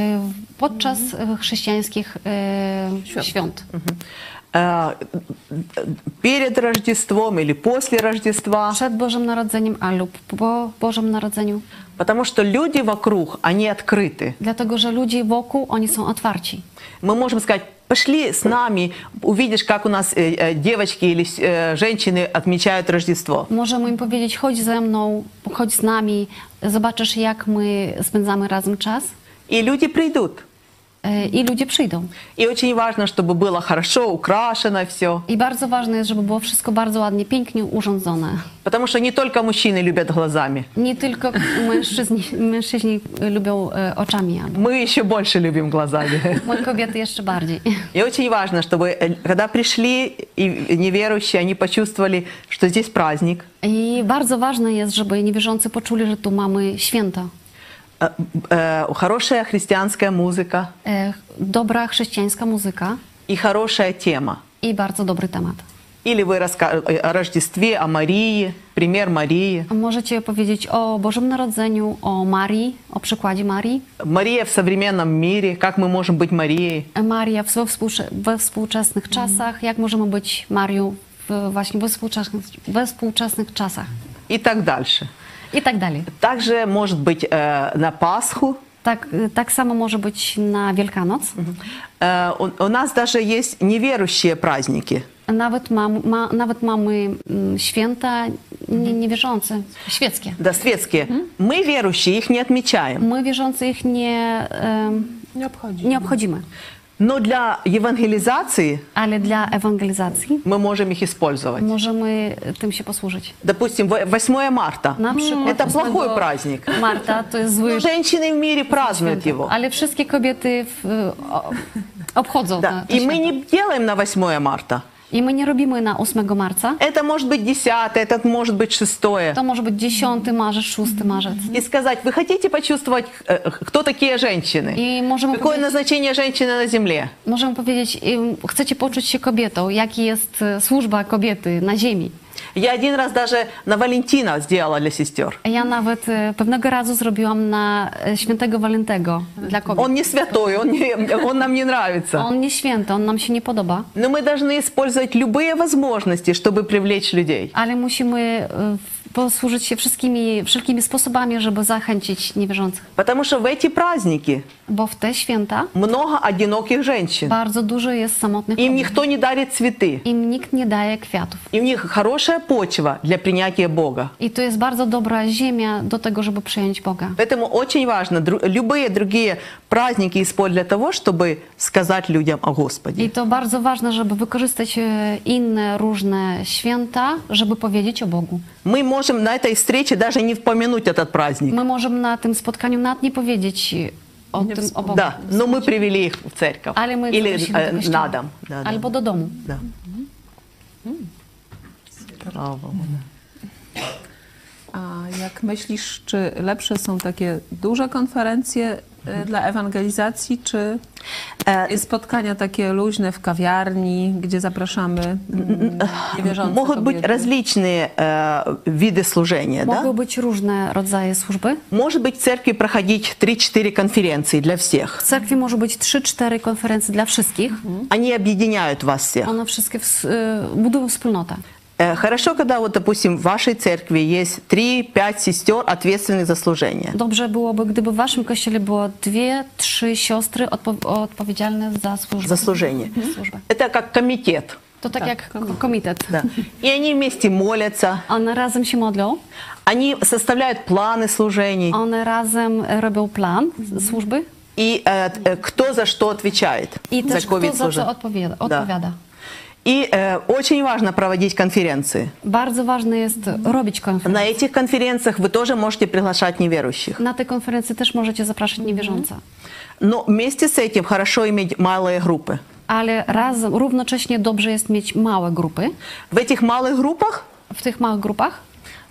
Speaker 3: podczas e, chrześcijańskich e, świąt.
Speaker 2: Mhm. Э, Перед Рождеством или после Рождества.
Speaker 3: Przed Bożym Narodzeniem, a lub po Bożym Narodzeniu.
Speaker 2: Потому что люди вокруг, они открыты.
Speaker 3: Dlatego, że ludzie wokół, oni są otwarci.
Speaker 2: Мы можем сказать, пошли с нами, увидишь, как у нас э, э, девочки или э, женщины отмечают Рождество.
Speaker 3: Możemy im powiedzieć, chodź ze mną, chodź z nami, zobaczysz jak my spędzamy razem czas
Speaker 2: И люди придут.
Speaker 3: E, i ludzie przyjdą.
Speaker 2: И очень важно, чтобы было хорошо украшено все.
Speaker 3: I bardzo ważne jest, żeby było wszystko bardzo ładnie, pięknie urządzone.
Speaker 2: Потому что не только мужчины любят глазами.
Speaker 3: Nie tylko mężczyźni, mężczyźni lubią e, oczami, ale
Speaker 2: Мы еще больше любим глазами.
Speaker 3: my kobiety jeszcze bardziej.
Speaker 2: И очень важно, чтобы э, когда пришли и неверующие, они почувствовали, что здесь праздник.
Speaker 3: I bardzo ważne jest, żeby niewierzący poczuli, że tu mamy święto.
Speaker 2: Э, э, Хорошая христианская музыка
Speaker 3: E, Dobra chrześcijańska muzyka
Speaker 2: и хорошая тема.
Speaker 3: i bardzo dobry temat.
Speaker 2: Или вы раска- э, о Рождестве, о Марии, пример Марии.
Speaker 3: Możecie powiedzieć o Bożym Narodzeniu, o Marii, o przykładzie Marii.
Speaker 2: Мария в современном мире, как мы можем быть Марией.
Speaker 3: Maria w- we, współcze- we współczesnych czasach, jak możemy być Marią w, właśnie we współczesnych, we współczesnych czasach
Speaker 2: и так дальше.
Speaker 3: i tak dalej.
Speaker 2: Также может быть э, на Пасху.
Speaker 3: Tak, tak samo może być na Wielkanoc.
Speaker 2: Э, у, у нас даже есть неверующие праздники.
Speaker 3: Nawet, mam, ma, nawet mamy mm, święta nie, niewierzące, świeckie.
Speaker 2: Да, светские. Мы верующие, их не отмечаем.
Speaker 3: My wierzący ich nie, em,
Speaker 1: Nie obchodzi.
Speaker 3: nie obchodzimy,
Speaker 2: Но для евангелизации
Speaker 3: ale dla ewangelizacji
Speaker 2: мы можем их использовать.
Speaker 3: możemy tym się posłużyć.
Speaker 2: Допустим, во- 8 марта.
Speaker 3: На przykład
Speaker 2: Это
Speaker 3: 8
Speaker 2: плохой праздник.
Speaker 3: Marta to jest zły
Speaker 2: Но женщины в мире празднуют
Speaker 3: święto,
Speaker 2: его.
Speaker 3: ale wszystkie kobiety w, o, obchodzą
Speaker 2: Да.
Speaker 3: na, to
Speaker 2: И мы
Speaker 3: święto.
Speaker 2: не делаем на 8 марта.
Speaker 3: I my nie robimy na 8 marca.
Speaker 2: Это может быть 10, это может быть 6.
Speaker 3: To może być 10 marzec, 6 marzec.
Speaker 2: И сказать, вы хотите почувствовать, э, кто такие женщины?
Speaker 3: I możemy
Speaker 2: Какое
Speaker 3: powiedzieć,
Speaker 2: назначение женщины на земле?
Speaker 3: możemy powiedzieć, ym, chcecie poczuć się kobietą, jaki jest y, służba kobiety na ziemi.
Speaker 2: Я один раз даже на Валентина сделала для сестер.
Speaker 3: Ja nawet y, pewnego razu zrobiłam na y, świętego Walentego dla kobiet.
Speaker 2: Он не святой, он, не- А он нам не нравится.
Speaker 3: On nie święty, on nam się nie podoba,
Speaker 2: Но мы должны использовать любые возможности, чтобы привлечь людей.
Speaker 3: ale musimy y, posłużyć się wszystkimi, wszelkimi sposobami, żeby zachęcić niewierzących.
Speaker 2: Потому что в эти праздники
Speaker 3: Bo w te święta
Speaker 2: много одиноких женщин.
Speaker 3: bardzo dużo jest samotnych
Speaker 2: Им
Speaker 3: kobiet.
Speaker 2: никто не дарит цветы.
Speaker 3: Im nikt nie daje kwiatów.
Speaker 2: И у них хорошая почва для принятия Бога.
Speaker 3: I to jest bardzo dobra ziemia do tego, żeby przyjąć Boga.
Speaker 2: Поэтому очень важно дру- любые другие праздники использовать для того, чтобы сказать людям о Господе.
Speaker 3: I to bardzo ważne, żeby wykorzystać e, inne różne święta, żeby powiedzieć o Bogu.
Speaker 2: Мы можем на этой встрече даже не вспомянуть этот праздник.
Speaker 3: My możemy na tym spotkaniu nawet nie powiedzieć o tym o Bogu.
Speaker 2: Да, но мы привели их в церковь.
Speaker 3: Ale my
Speaker 2: Или
Speaker 3: zaprosimy do
Speaker 2: э,
Speaker 3: kościoła.
Speaker 2: на дом. Да, да.
Speaker 3: Albo do domu.
Speaker 2: Да. Браво.
Speaker 1: A jak myślisz, czy lepsze są takie duże konferencje y, dla ewangelizacji, czy y, spotkania takie luźne w kawiarni, gdzie zapraszamy mm, niewierzące
Speaker 2: Могут быть
Speaker 1: kobiety?
Speaker 2: различные э, виды служения, да?
Speaker 3: Mogą być różne rodzaje służby.
Speaker 2: Может быть, в церкви проходить 3-4 конференции для
Speaker 3: W
Speaker 2: всех.
Speaker 3: cerkwi może być 3-4 konferencje dla wszystkich.
Speaker 2: Они объединяют вас всех.
Speaker 3: One wszystkie ws- y, budują wspólnotę.
Speaker 2: Э, Хорошо, когда вот, допустим, в вашей церкви есть 3-5 сестер, ответственных за служение.
Speaker 3: Dobrze byłoby, gdyby w waszym kościele było dwie, trzy siostry odpo- odpowiedzialne za służbę. Mhm.
Speaker 2: За служение.
Speaker 3: służbę.
Speaker 2: Это как комитет.
Speaker 3: To tak, jak komitet. komitet.
Speaker 2: Да. И они вместе молятся,
Speaker 3: One razem się modlą.
Speaker 2: они составляют планы служений.
Speaker 3: One razem robią plan służby
Speaker 2: И э, э, кто за что отвечает?
Speaker 3: i
Speaker 2: за
Speaker 3: też kto za
Speaker 2: служение.
Speaker 3: co odpowiada.
Speaker 2: Да.
Speaker 3: odpowiada.
Speaker 2: И э, очень важно проводить конференции.
Speaker 3: Bardzo ważne jest robić konferencje.
Speaker 2: На этих конференциях вы тоже можете приглашать неверующих.
Speaker 3: Na te konferencje też możecie zapraszać niewierzące.
Speaker 2: Но вместе с этим хорошо иметь малые группы.
Speaker 3: Ale razem, równocześnie dobrze jest mieć małe grupy.
Speaker 2: В этих малых группах
Speaker 3: W tych małych grupach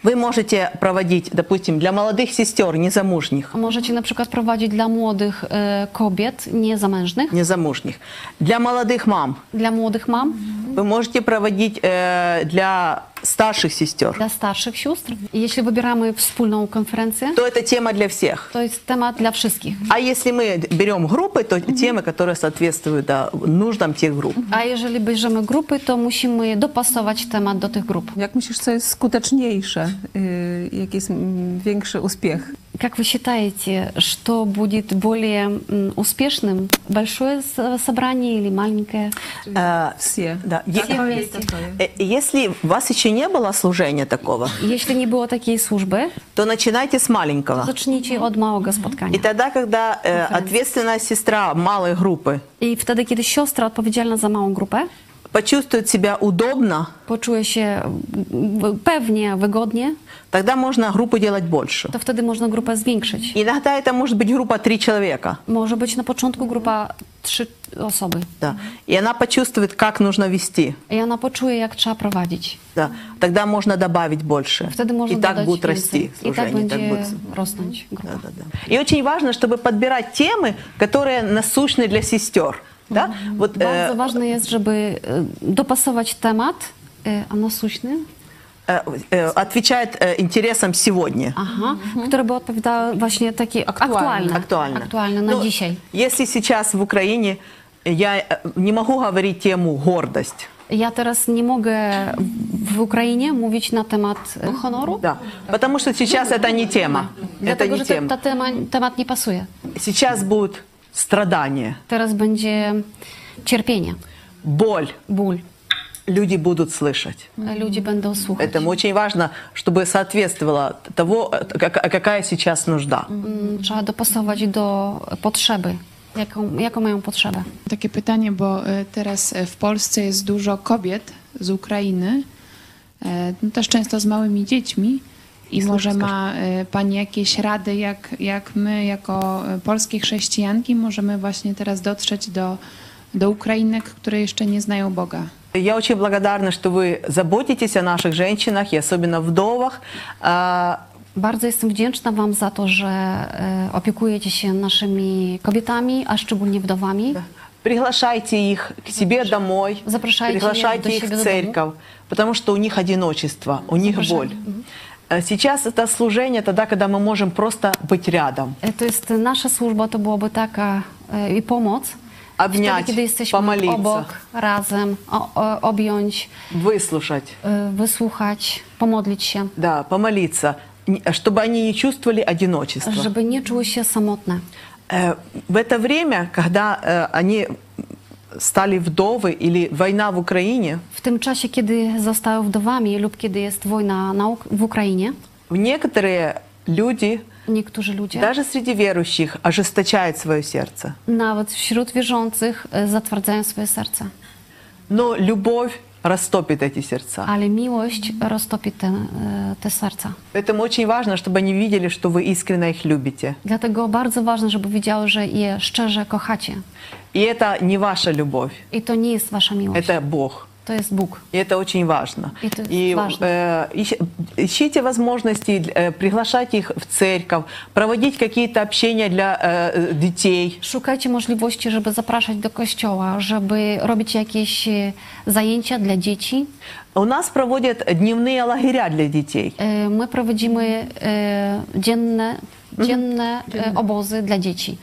Speaker 2: вы можете проводить, допустим, для молодых сестер, незамужних,
Speaker 3: możecie na przykład prowadzić dla młodych e, kobiet niezamężnych,
Speaker 2: незамужних, для молодых мам,
Speaker 3: dla młodych mam,
Speaker 2: Вы можете проводить э, для старших сестер.
Speaker 3: dla starszych sióstr. I Jeśli wybieramy wspólną konferencję,
Speaker 2: То это тема для всех.
Speaker 3: to jest temat dla wszystkich.
Speaker 2: А если мы берем группы, то темы, которые соответствуют да, нуждам тех групп.
Speaker 3: A jeżeli bierzemy grupy, to musimy dopasować temat do tych grup.
Speaker 1: Jak myślisz, co jest skuteczniejsze? Y, Jaki jest mm, większy uspiech?
Speaker 3: Как вы считаете, что будет более м, успешным, большое с- собрание или маленькое?
Speaker 2: Э,
Speaker 1: Wsie.
Speaker 2: да, е-
Speaker 1: Takie
Speaker 3: wieści.
Speaker 1: Tak, jest, takie jest.
Speaker 2: э, если у вас еще не было служения такого,
Speaker 3: Jeśli nie było takiej służby,
Speaker 2: то начинайте с маленького.
Speaker 3: zacznijcie od małego
Speaker 2: И
Speaker 3: spotkania.
Speaker 2: тогда, когда э, ответственная сестра малой группы
Speaker 3: I wtedy, kiedy siostra odpowiedzialna za małą grupę
Speaker 2: почувствует себя удобно,
Speaker 3: poczuje się mm, pewnie, wygodnie,
Speaker 2: тогда можно группу делать больше.
Speaker 3: to wtedy można grupę zwiększyć.
Speaker 2: Иногда это может быть группа три человека.
Speaker 3: Może być na początku grupa trzy osoby.
Speaker 2: Да. И она почувствует, как нужно вести.
Speaker 3: I ona poczuje, jak trzeba prowadzić.
Speaker 2: Да. Тогда можно добавить больше.
Speaker 3: Wtedy można
Speaker 2: и так
Speaker 3: dodać
Speaker 2: будет
Speaker 3: więcej.
Speaker 2: расти
Speaker 3: I
Speaker 2: служение. и
Speaker 3: tak
Speaker 2: так
Speaker 3: będzie
Speaker 2: будет- э,
Speaker 3: rosnąć grupa.
Speaker 2: Да, да, да. И очень важно, чтобы подбирать темы, которые насущны для сестер. Да? Вот,
Speaker 3: Bardzo
Speaker 2: э,
Speaker 3: ważne jest, żeby e, dopasować temat, e, a nasuśny,
Speaker 2: э, э, отвечает э, интересам сегодня.
Speaker 3: aha, które by odpowiadały właśnie takie
Speaker 1: Aktualne.
Speaker 3: aktualne,
Speaker 2: Актуально.
Speaker 3: aktualne na
Speaker 2: Ну,
Speaker 3: dzisiaj.
Speaker 2: э, Если сейчас в Украине я э, не могу говорить тему гордость.
Speaker 3: Ja teraz nie mogę w Ukrainie mówić na temat e, honoru,
Speaker 2: Да. Потому что сейчас это не тема. Это
Speaker 3: dlatego
Speaker 2: не
Speaker 3: że te,
Speaker 2: тема.
Speaker 3: ta tema, temat nie pasuje.
Speaker 2: Сейчас будут страдания,
Speaker 3: Teraz będzie cierpienie,
Speaker 2: боль.
Speaker 3: ból.
Speaker 2: Люди будут слышать.
Speaker 3: Ludzie będą słuchać.
Speaker 2: Поэтому очень важно, чтобы соответствовало того, э, как- какая сейчас нужда.
Speaker 3: Mm, Trzeba dopasować do potrzeby, jaką, jaką mają potrzebę.
Speaker 6: Takie pytanie, bo e, teraz e, w Polsce jest dużo kobiet z Ukrainy, e, no też często z małymi dziećmi. I może ma e, Pani jakieś rady, jak, jak my, jako e, polskie chrześcijanki, możemy właśnie teraz dotrzeć do, do Ukrainek, które jeszcze nie znają Boga?
Speaker 2: Я очень благодарна, что вы заботитесь о наших женщинах, и особенно вдовах. А,
Speaker 3: Bardzo jestem wdzięczna Wam za to, że e, opiekujecie się naszymi kobietami, a szczególnie wdowami.
Speaker 2: Tak. Приглашайте их к себе домой,
Speaker 3: Запрошайте
Speaker 2: приглашайте
Speaker 3: до
Speaker 2: их
Speaker 3: себя
Speaker 2: в
Speaker 3: домой.
Speaker 2: церковь, потому что у них одиночество, у них боль.
Speaker 3: Запрошайте.
Speaker 2: А Сейчас это служение тогда, когда мы можем просто быть рядом,
Speaker 3: E, To jest nasza służba, to byłaby taka e, i pomoc.
Speaker 2: Obniać,
Speaker 3: Wtedy, kiedy jesteśmy
Speaker 2: pomalić się.
Speaker 3: obok, razem, o, o, objąć,
Speaker 2: выслушать,
Speaker 3: e, wysłuchać, pomodlić się,
Speaker 2: да, помолиться, н- чтобы они не чувствовали одиночества.
Speaker 3: żeby nie czuły się samotne.
Speaker 2: Э, В это время, когда э, они стали вдовы или война в Украине,
Speaker 3: W tym czasie, kiedy zostały wdowami lub kiedy jest wojna na Uk- w Ukrainie,
Speaker 2: некоторые люди,
Speaker 3: niektórzy ludzie,
Speaker 2: даже среди верующих, ожесточают свое сердце.
Speaker 3: nawet wśród wierzących, e, zatwardzają swoje serce.
Speaker 2: Но любовь растопит эти сердца.
Speaker 3: Ale miłość roztopi te, e, te serca.
Speaker 2: Поэтому очень важно, чтобы они видели, что вы искренне их любите.
Speaker 3: Dlatego bardzo ważne, żeby wiedziały, że je szczerze kochacie.
Speaker 2: И это не ваша любовь,
Speaker 3: I to nie jest wasza miłość,
Speaker 2: это Бог.
Speaker 3: to jest Bóg.
Speaker 2: И это очень важно.
Speaker 3: Это
Speaker 2: и
Speaker 3: важно.
Speaker 2: э, ищ- ищите возможности, э, приглашайте их в церковь, проводить какие-то общения для э, детей.
Speaker 3: Szukajcie możliwości, żeby zapraszać do kościoła, żeby robić jakieś e, zajęcia dla dzieci.
Speaker 2: У нас проводят дневные лагеря для детей.
Speaker 3: E, My prowadzimy e, dzienne, dzienne e, obozy dla dzieci.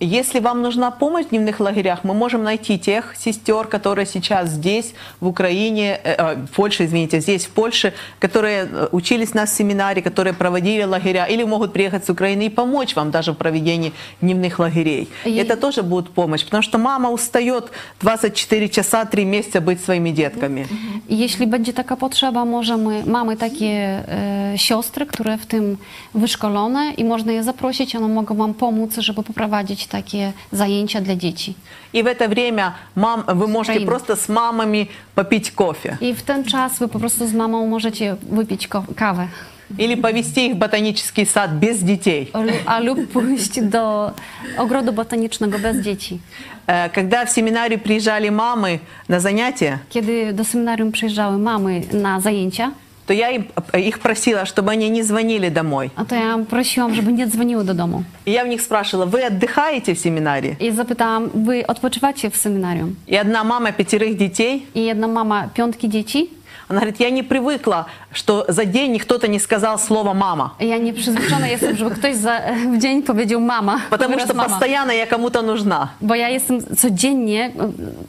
Speaker 2: Если вам нужна помощь в дневных лагерях, мы можем найти тех сестер, которые сейчас здесь, в Украине, э, э, в Польше, извините, здесь, в Польше, которые э, учились на семинаре, которые проводили лагеря, или могут приехать с Украины и помочь вам даже в проведении дневных лагерей.
Speaker 3: И-
Speaker 2: Это тоже будет помощь, потому что мама устает 24 часа, 3 месяца быть своими детками.
Speaker 3: I Jeśli będzie taka potrzeba, możemy, mamy takie e, siostry, które w tym wyszkolone i można je zaprosić, one mogą Wam pomóc, żeby poprowadzić takie zajęcia dla dzieci.
Speaker 2: И в это время мам, вы можете
Speaker 3: Украина.
Speaker 2: просто с мамами попить кофе.
Speaker 3: I w ten czas Wy po prostu z mamą możecie wypić ko- kawę,
Speaker 2: Или повести их в ботанический сад без детей.
Speaker 3: Lu- a lub pójść do ogrodu botanicznego bez dzieci.
Speaker 2: Э, Когда в семинарию приезжали мамы на занятия,
Speaker 3: Kiedy do seminarium przyjeżdżały mamy на zajęcia,
Speaker 2: то я им- э, их просила, чтобы они не звонили домой.
Speaker 3: a to ja prosiłam, żeby nie dzwoniły do domu.
Speaker 2: И я у них спрашивала, вы отдыхаете в семинарии?
Speaker 3: I zapytałam, Wy odpoczywacie w seminarium?
Speaker 2: И одна мама пятерых детей,
Speaker 3: I jedna mama piątki dzieci
Speaker 2: она говорит, я не привыкла, что за день кто-то не сказал слово «мама».
Speaker 3: Ja nie przyzwyczajona jestem, żeby ktoś za, w dzień powiedział mama.
Speaker 2: Потому
Speaker 3: wyraz
Speaker 2: что
Speaker 3: mama.
Speaker 2: постоянно я кому-то нужна.
Speaker 3: Bo ja jestem codziennie,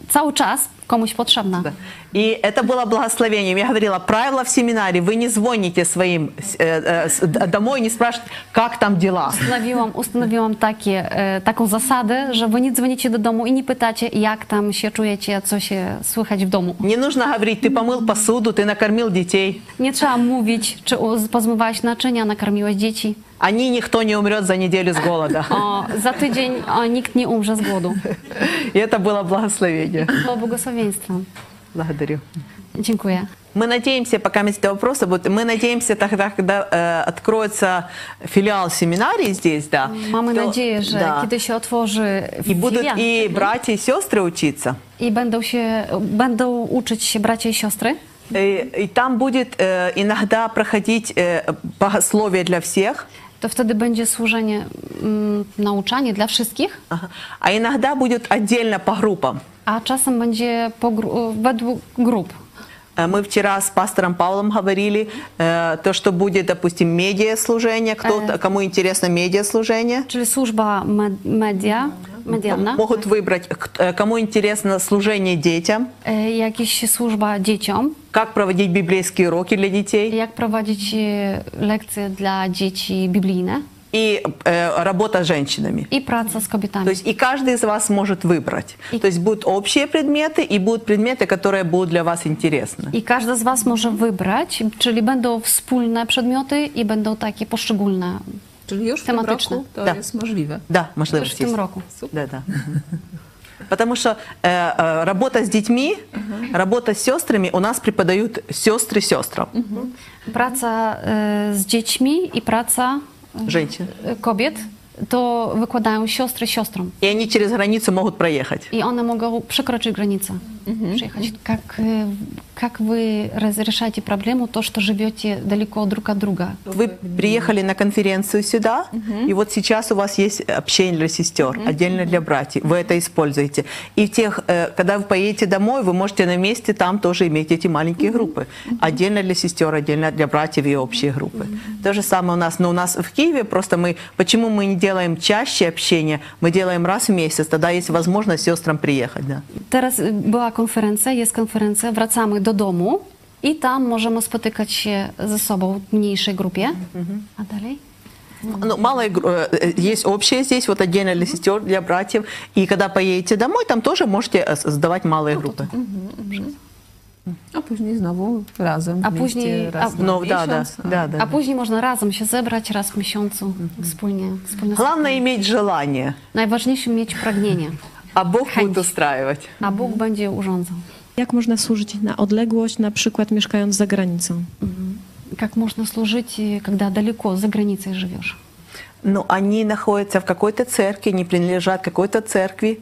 Speaker 3: cały czas komuś potrzebna.
Speaker 2: Да. И это было благословением. Я говорила, правило в семинаре, вы не звоните своим э, э, с- д- домой, не спрашивайте, как там дела.
Speaker 3: Ustanowiłam, ustanowiłam takie, e, taką zasadę, że wy nie dzwonicie do domu i nie pytacie, jak tam się czujecie, co się słychać w domu.
Speaker 2: Не нужно говорить, ты помыл посуду, ты накормил детей.
Speaker 3: Nie trzeba mówić, czy u- pozmywałeś naczynia, nakarmiłeś dzieci.
Speaker 2: Они никто не умрет за неделю с голода.
Speaker 3: O, za tydzień o, nikt nie umrze z głodu.
Speaker 2: И это было благословение.
Speaker 3: Było błogosławieństwem.
Speaker 2: Благодарю.
Speaker 3: Dziękuję.
Speaker 2: Мы надеемся, пока мы эти вопросы будут, мы надеемся тогда, когда э, откроется филиал семинарии здесь, да.
Speaker 3: Mamy
Speaker 2: то-
Speaker 3: nadzieję, że
Speaker 2: да.
Speaker 3: kiedy się otworzy
Speaker 2: И будут
Speaker 3: filial-
Speaker 2: и братья, и сестры учиться.
Speaker 3: I będą się, będą uczyć się bracia i siostry.
Speaker 2: И, и там будет э, иногда проходить э, богословие для всех,
Speaker 3: To wtedy będzie służenie, mm, nauczanie dla wszystkich,
Speaker 2: Ага. а иногда будет отдельно по группам.
Speaker 3: a czasem będzie po gru- według grup.
Speaker 2: Э, Мы вчера с пастором Павлом говорили, э, то, что будет, допустим, медиаслужение, кто,
Speaker 3: Э.
Speaker 2: кому интересно медиаслужение.
Speaker 3: Czyli służba med- media, Medialna.
Speaker 2: могут выбрать, к- э, кому интересно служение детям,
Speaker 3: E, Jakieś służba dzieciom,
Speaker 2: как проводить библейские уроки для детей
Speaker 3: jak prowadzić e, lekcje dla dzieci biblijne
Speaker 2: и э, работа с женщинами.
Speaker 3: i praca z kobietami.
Speaker 2: То есть и каждый из вас может выбрать.
Speaker 3: И-
Speaker 2: То есть будут общие предметы и будут предметы, которые будут для вас интересны.
Speaker 3: I każda z Was może wybrać, czyli będą wspólne przedmioty i będą takie poszczególne
Speaker 1: Czyli już w tym
Speaker 3: Tematyczne.
Speaker 1: roku to
Speaker 2: Tak.
Speaker 1: jest możliwe.
Speaker 2: Да,
Speaker 3: już w
Speaker 2: возможность
Speaker 3: tym
Speaker 2: есть.
Speaker 3: roku.
Speaker 2: Да, да. Потому что э, э, работа с детьми, работа с сестрами, у нас преподают сестры сестрам,
Speaker 3: Praca e, z dziećmi i praca e,
Speaker 2: женщин.
Speaker 3: e, kobiet to wykładają siostry siostrom
Speaker 2: И они через границу могут проехать.
Speaker 3: i one mogą przekroczyć granicę,
Speaker 1: Mhm.
Speaker 3: przyjechać. Jak, e, jak Wy rozrzesacie problemu to, że żyjecie daleko druga od druga?
Speaker 2: Вы приехали на конференцию сюда, и вот сейчас у вас есть общение для сестер, отдельно для братьев. Вы это используете. И в тех, э, когда вы поедете домой, вы можете на месте там тоже иметь эти маленькие группы. Отдельно для сестер, отдельно для братьев и общие группы. То же самое у нас. Но у нас в Киеве просто мы... Почему мы не делаем чаще общение? Мы делаем раз в месяц. Тогда есть возможность сестрам приехать. Да.
Speaker 3: Teraz y, była konferencja, jest konferencja, wracamy do domu i tam możemy spotykać się ze sobą w mniejszej grupie.
Speaker 1: Mhm.
Speaker 3: A dalej?
Speaker 2: Ну, малая гру- э, э, есть общее здесь, вот отдельно для сестер, для братьев. И когда поедете домой, там тоже можете э, создавать малые группы.
Speaker 1: A później znowu razem.
Speaker 3: A
Speaker 1: w Mhm. mieście,
Speaker 3: później-
Speaker 1: raz
Speaker 3: a-
Speaker 1: na
Speaker 2: No, да, да,
Speaker 1: miesiąc, a- Mhm.
Speaker 2: да, да.
Speaker 3: A później można razem się zebrać, raz w miesiącu, wspólnie. wspólnie
Speaker 2: Главное иметь желание,
Speaker 3: Najważniejsze mieć pragnienie,
Speaker 2: а Бог
Speaker 3: Хань.
Speaker 2: будет устраивать.
Speaker 3: a Bóg będzie urządzał.
Speaker 7: Jak można służyć na odległość, na przykład mieszkając za granicą?
Speaker 3: Jak można służyć, y, kiedy daleko, za granicą żyjesz?
Speaker 2: Но они находятся в какой-то церкви, не принадлежат какой-то церкви.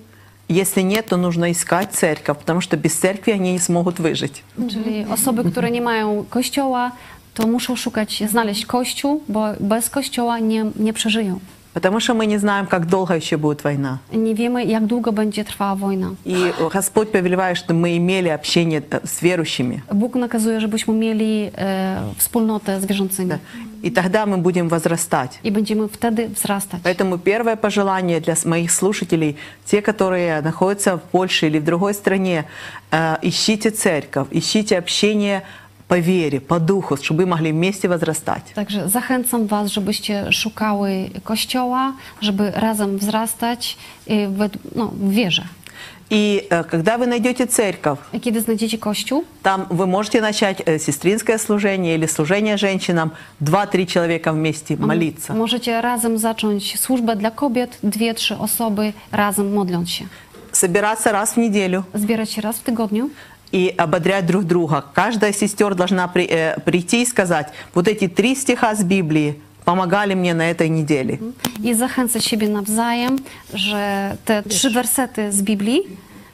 Speaker 2: Если нет, то нужно искать церковь, потому что без церкви они не смогут выжить.
Speaker 3: Czyli osoby, które nie mają kościoła, to muszą szukać, znaleźć kościół, bo bez kościoła nie, nie przeżyją.
Speaker 2: Потому что мы не знаем, как долго еще будет война.
Speaker 3: Nie wiemy, jak długo będzie trwała wojna.
Speaker 2: И Господь повелевает, что мы имели общение э, с верующими.
Speaker 3: Bóg nakazuje, żebyśmy mieli e, wspólnotę z wierzącymi
Speaker 2: Да. И тогда мы будем возрастать.
Speaker 3: i będziemy wtedy wzrastać.
Speaker 2: Поэтому первое пожелание для с- моих слушателей, те, которые находятся в Польше или в другой стране, э, ищите церковь, ищите общение по вере, по духу, чтобы вы могли вместе возрастать.
Speaker 3: Także zachęcam Was, żebyście szukały Kościoła, żeby razem wzrastać e, w, no, w wierze.
Speaker 2: И э, когда вы найдете церковь,
Speaker 3: I Kiedy znajdziecie Kościół,
Speaker 2: там вы можете начать э, сестринское служение или служение женщинам, 2-3 человека вместе молиться.
Speaker 3: możecie razem zacząć służbę dla kobiet, dwie, trzy osoby razem modląc się.
Speaker 2: Собираться раз в неделю
Speaker 3: Zbierać się raz w tygodniu
Speaker 2: и ободрять друг друга. Каждая из сестер должна при- э, прийти и сказать, вот эти три стиха с Библии помогали мне на этой неделе.
Speaker 3: i zachęcać siebie nawzajem, że te trzy wersety z Biblii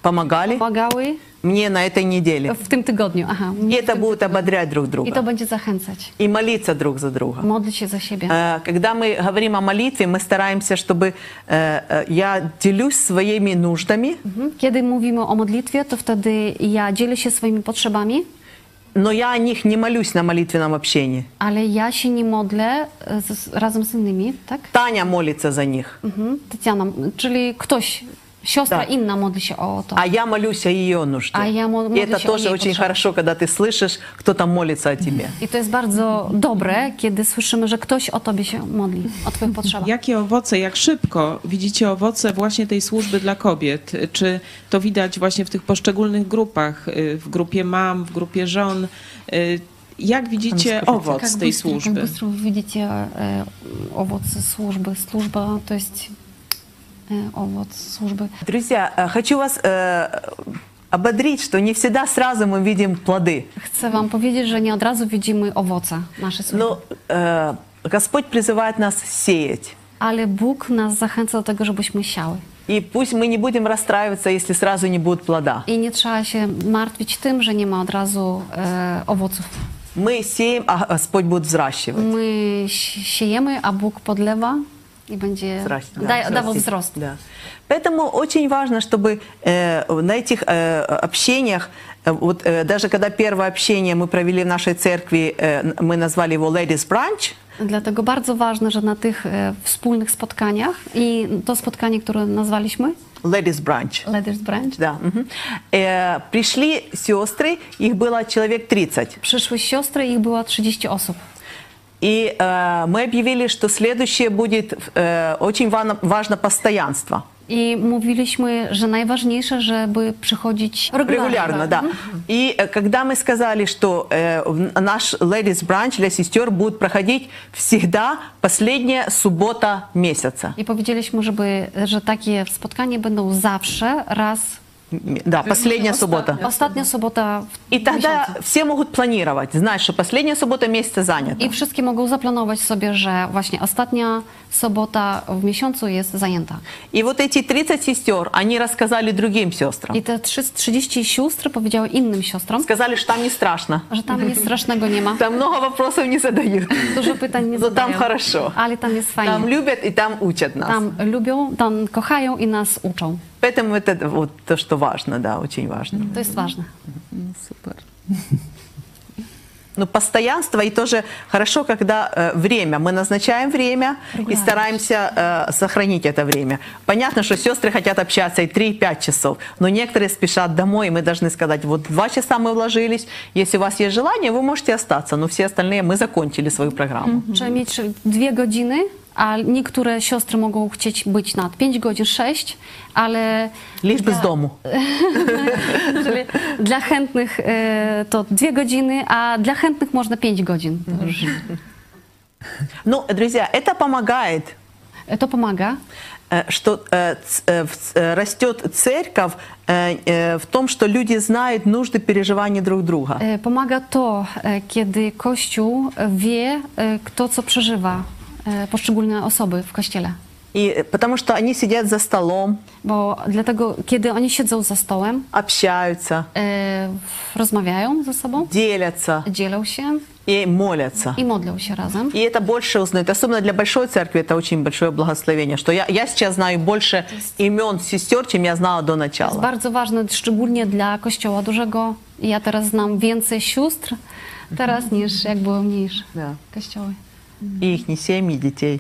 Speaker 2: помогали
Speaker 3: pomagały
Speaker 2: мне на этой неделе.
Speaker 3: w tym tygodniu. Aha,
Speaker 2: И это будет ободрять друг
Speaker 3: I to
Speaker 2: друга.
Speaker 3: będzie zachęcać.
Speaker 2: И молиться друг за друга.
Speaker 3: Modlić się za siebie.
Speaker 2: Э, Когда мы говорим о молитве, мы стараемся, чтобы э, э, я делюсь своими нуждами,
Speaker 3: Mhm. Kiedy mówimy o modlitwie, to wtedy ja dzielę się swoimi potrzebami,
Speaker 2: но я о них не молюсь на молитвенном общенii.
Speaker 3: ale ja się nie modlę e, z, z, razem z innymi, tak?
Speaker 2: Таня молится за них,
Speaker 3: Mhm. Tatiana, czyli ktoś, siostra
Speaker 2: Tak.
Speaker 3: inna modli się o to.
Speaker 2: а я молюсь о ее
Speaker 3: А
Speaker 2: нужде.
Speaker 3: я мол-
Speaker 2: И это
Speaker 3: молюсь о
Speaker 2: тоже
Speaker 3: ней,
Speaker 2: очень
Speaker 3: пожалуйста.
Speaker 2: хорошо, когда ты слышишь, кто-то молится о тебе.
Speaker 3: I to jest bardzo dobre, kiedy słyszymy, że ktoś o tobie się modli, o twoich potrzebach.
Speaker 5: Jakie owoce, jak szybko widzicie owoce właśnie tej służby dla kobiet? Czy to widać właśnie w tych poszczególnych grupach, y, w grupie mam, w grupie żon? Y, Jak widzicie
Speaker 3: Tak,
Speaker 5: owoc tej
Speaker 3: как
Speaker 5: służby?
Speaker 3: быстро вы видите э, овоцы службы. Служба, то есть э, овод службы.
Speaker 2: Друзья, э, хочу вас э, ободрить, что не всегда сразу мы видим плоды.
Speaker 3: Chcę wam powiedzieć, że nie od razu widzimy owoce naszej służby.
Speaker 2: Но э, Господь призывает нас сеять.
Speaker 3: Ale Bóg nas zachęca do tego, żebyśmy siały.
Speaker 2: И пусть мы не будем расстраиваться, если сразу не будет плода.
Speaker 3: I nie trzeba się martwić tym, że nie ma od razu e, owoców.
Speaker 2: Мы сеем, а Господь будет взращивать.
Speaker 3: My si- siejemy, a Bóg podlewa i będzie
Speaker 2: Взращивать, да,
Speaker 3: da, dawał
Speaker 2: взрастить,
Speaker 3: wzrost.
Speaker 2: да. Поэтому очень важно, чтобы э, на этих э, общениях, э, вот э, даже когда первое общение мы провели в нашей церкви, э, н- мы назвали его Ladies Branch,
Speaker 3: Dlatego bardzo ważne, że na tych e, wspólnych spotkaniach i to spotkanie, które nazwaliśmy
Speaker 2: Ladies Branch.
Speaker 3: Ladies Branch,
Speaker 2: Да. мгм. Э, пришли сестры, их было человек 30.
Speaker 3: przyszły siostry i ich było 30 osób.
Speaker 2: И э, мы объявили, что следующее будет э, очень важно, важно постоянство.
Speaker 3: I mówiliśmy, że najważniejsze, żeby przychodzić
Speaker 2: Регулярно, да. И э, когда мы сказали, что э, в- наш Ladies Branch для сестер будет проходить всегда последняя суббота месяца.
Speaker 3: I powiedzieliśmy, żeby, że takie spotkanie będą zawsze raz.
Speaker 2: М, Да, последняя суббота.
Speaker 3: Ostatnia sobota w
Speaker 2: И тогда
Speaker 3: miesiącu.
Speaker 2: все могут планировать, знать, что последняя суббота месяца занята.
Speaker 3: I wszystkie mogą zaplanować sobie, że właśnie ostatnia sobota w miesiącu jest zajęta.
Speaker 2: И вот эти 30 сестер, они рассказали другим сестрам.
Speaker 3: I te trzy- 30 sióstr powiedziały innym siostrom,
Speaker 2: Сказали, что там не страшно.
Speaker 3: że tam nic strasznego nie ma.
Speaker 2: Там много вопросов не задают.
Speaker 3: Dużo pytań nie
Speaker 2: No tam
Speaker 3: zadają,
Speaker 2: хорошо.
Speaker 3: ale tam jest
Speaker 2: Там
Speaker 3: fajnie.
Speaker 2: любят и там учат нас.
Speaker 3: Tam lubią, tam kochają i nas uczą.
Speaker 2: Поэтому это вот то, что важно, да, очень важно.
Speaker 3: To jest ważne.
Speaker 1: Super.
Speaker 2: Но постоянство и тоже хорошо, когда э, время. Мы назначаем время и
Speaker 3: Регулярность.
Speaker 2: стараемся э, сохранить это время. Понятно, что сестры хотят общаться и 3-5 часов, но некоторые спешат домой, и мы должны сказать, вот 2 часа мы вложились, если у вас есть желание, вы можете остаться, но все остальные, мы закончили свою программу.
Speaker 3: Trzeba mieć dwie godziny, a niektóre siostry mogą chcieć być na 5 godzin, 6, ale
Speaker 2: Лишь бы с дому.
Speaker 3: Czyli dla chętnych e, to dwie godziny, a dla chętnych można pięć godzin. To, już,
Speaker 2: Ну, друзья, это помогает
Speaker 3: e, to pomaga.
Speaker 2: э, что э, ц- э, в ц- э, растет церковь э, э, в том, что люди знают нужды переживания друг друга.
Speaker 3: E, Pomaga to, e, kiedy Kościół wie, e, kto co przeżywa, e, poszczególne osoby w Kościele.
Speaker 2: И э, потому что они сидят за столом,
Speaker 3: Bo dlatego, kiedy oni siedzą za stołem,
Speaker 2: общаются,
Speaker 3: e, w- rozmawiają ze sobą,
Speaker 2: делятся
Speaker 3: dzielą się
Speaker 2: и молятся.
Speaker 3: i modlą się razem.
Speaker 2: И это больше узнают. Особенно для большой церкви это очень большое благословение, что я, я сейчас знаю больше имен сестер, чем я знала до
Speaker 3: To jest
Speaker 2: начала.
Speaker 3: bardzo ważne, szczególnie dla Kościoła Dużego. Ja teraz znam więcej sióstr teraz niż jak byłem mniejsza.
Speaker 2: Да.
Speaker 3: Kościoły.
Speaker 2: И их семьи, и детей.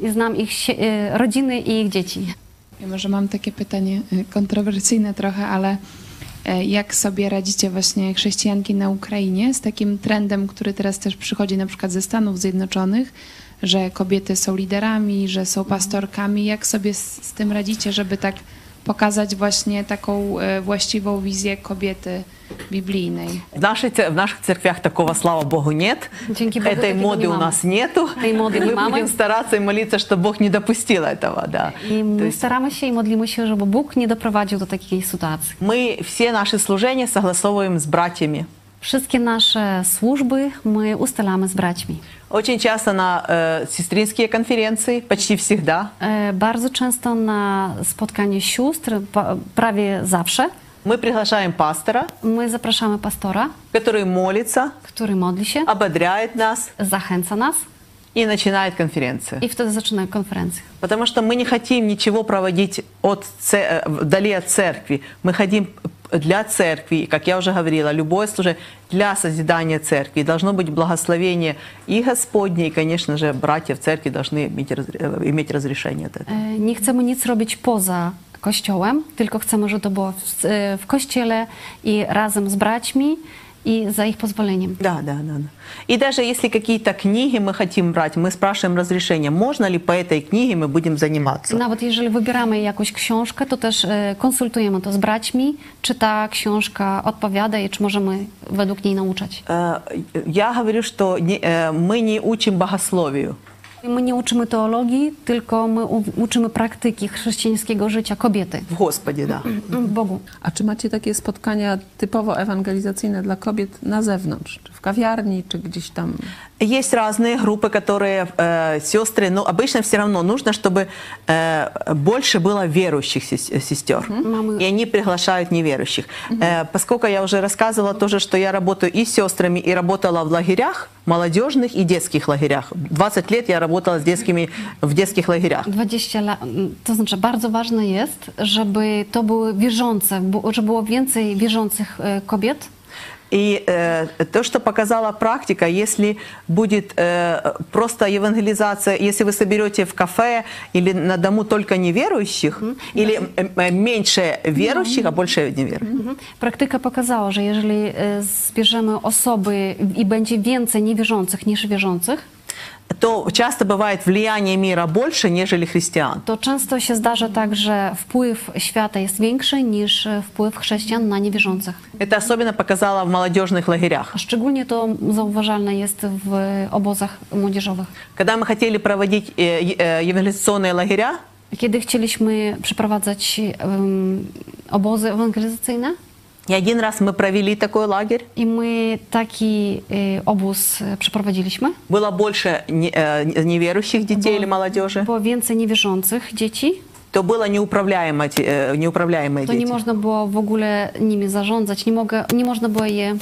Speaker 3: I znam ich sie- y, rodziny i ich dzieci.
Speaker 6: Ja może mam takie pytanie y, kontrowersyjne trochę, ale e, jak sobie radzicie właśnie chrześcijanki na Ukrainie z takim trendem, który teraz też przychodzi na przykład ze Stanów Zjednoczonych, że kobiety są liderami, że są pastorkami. Jak sobie z, z tym radzicie, żeby tak pokazać właśnie taką e, właściwą wizję kobiety biblijnej?
Speaker 2: В, нашей, цер- в наших церквях такого, слава богу, нет.
Speaker 3: Деньги Богу
Speaker 2: Этой
Speaker 3: таких не
Speaker 2: моды у
Speaker 3: мамы.
Speaker 2: нас нету.
Speaker 3: Этой моды не
Speaker 2: Мы
Speaker 3: мамы.
Speaker 2: будем стараться и молиться, чтобы Бог не допустил этого, да.
Speaker 3: I
Speaker 2: То
Speaker 3: my
Speaker 2: есть
Speaker 3: staramy się i modlimy się, żeby Bóg nie doprowadził do takiej sytuacji.
Speaker 2: мы все наши служения согласовываем с братьями.
Speaker 3: Wszystkie nasze służby my ustalamy z braćmi.
Speaker 2: Очень часто на э, сестринские конференции, почти всегда,
Speaker 3: E, Bardzo często na spotkanie sióstr, pa- prawie zawsze,
Speaker 2: мы приглашаем пастора,
Speaker 3: my zapraszamy pastora,
Speaker 2: который молится,
Speaker 3: który modli się,
Speaker 2: ободряет нас
Speaker 3: zachęca nas
Speaker 2: и начинает конференцию.
Speaker 3: i wtedy zaczyna konferencję.
Speaker 2: Потому что мы не хотим ничего проводить от це- э, вдали от церкви. Мы хотим для церкви, и, как я уже говорила, любое служение для созидания церкви. И Должно быть благословение и Господне, и, конечно же, братья в церкви должны иметь, раз- э, иметь разрешение от этого.
Speaker 3: E, Nie chcemy nic robić poza kościołem, tylko chcemy, żeby to było w, e, w kościele i razem z braćmi i za ich pozwoleniem.
Speaker 2: Да, да, да, да. И даже если какие-то книги мы хотим брать, мы спрашиваем разрешение, можно ли по этой книге мы будем заниматься.
Speaker 3: Nawet jeżeli wybieramy jakąś książkę, to też e, konsultujemy to z braćmi, czy ta książka odpowiada i czy możemy według niej nauczać.
Speaker 2: Э, Я говорю, что не- э, мы не учим богословию.
Speaker 3: My nie uczymy teologii, tylko my u- uczymy praktyki chrześcijańskiego życia kobiety
Speaker 2: В Господе, да.
Speaker 3: w Bogu.
Speaker 1: A czy macie takie spotkania typowo ewangelizacyjne dla kobiet na zewnątrz? Czy w kawiarni, czy gdzieś tam?
Speaker 2: Есть разные группы, которые э, сестры, но обычно все равно нужно, чтобы э, больше было верующих сес- сестер. И они приглашают неверующих. Э, поскольку я уже рассказывала тоже, что я работаю и с сестрами, и работала в лагерях, молодежных и детских лагерях. 20 лет я работала с детскими, в детскich лагерях.
Speaker 3: 20 lat, to znaczy bardzo ważne jest, żeby to były wierzące, bu- żeby było więcej wierzących e, kobiet.
Speaker 2: И э, то, что показала практика, если будет э, просто евангелизация, если вы соберете в кафе или на дому только неверующих, или э, э, меньше верующих, а больше неверующих.
Speaker 3: Mhm. Praktyka pokazała, że jeżeli e, zbierzemy osoby i będzie więcej niewierzących niż wierzących,
Speaker 2: то часто бывает влияние мира больше, нежели христиан.
Speaker 3: to często się zdarza tak, że wpływ świata jest większy niż e, wpływ chrześcijan na niewierzących.
Speaker 2: Это особенно показало в молодежных лагерях.
Speaker 3: A szczególnie to zauważalne jest w obozach młodzieżowych.
Speaker 2: Когда мы хотели проводить э, э, евангелизационные лагеря,
Speaker 3: Kiedy chcieliśmy przeprowadzać em, obozy ewangelizacyjne
Speaker 2: и один раз мы провели такой лагерь,
Speaker 3: i my taki e, obóz e, przeprowadziliśmy,
Speaker 2: было больше не- э, неверующих детей или молодежи,
Speaker 3: było więcej niewierzących dzieci,
Speaker 2: то было неуправляемо, те- э, неуправляемые
Speaker 3: to nie
Speaker 2: дети.
Speaker 3: można było w ogóle nimi zarządzać, nie, mogę, nie można było je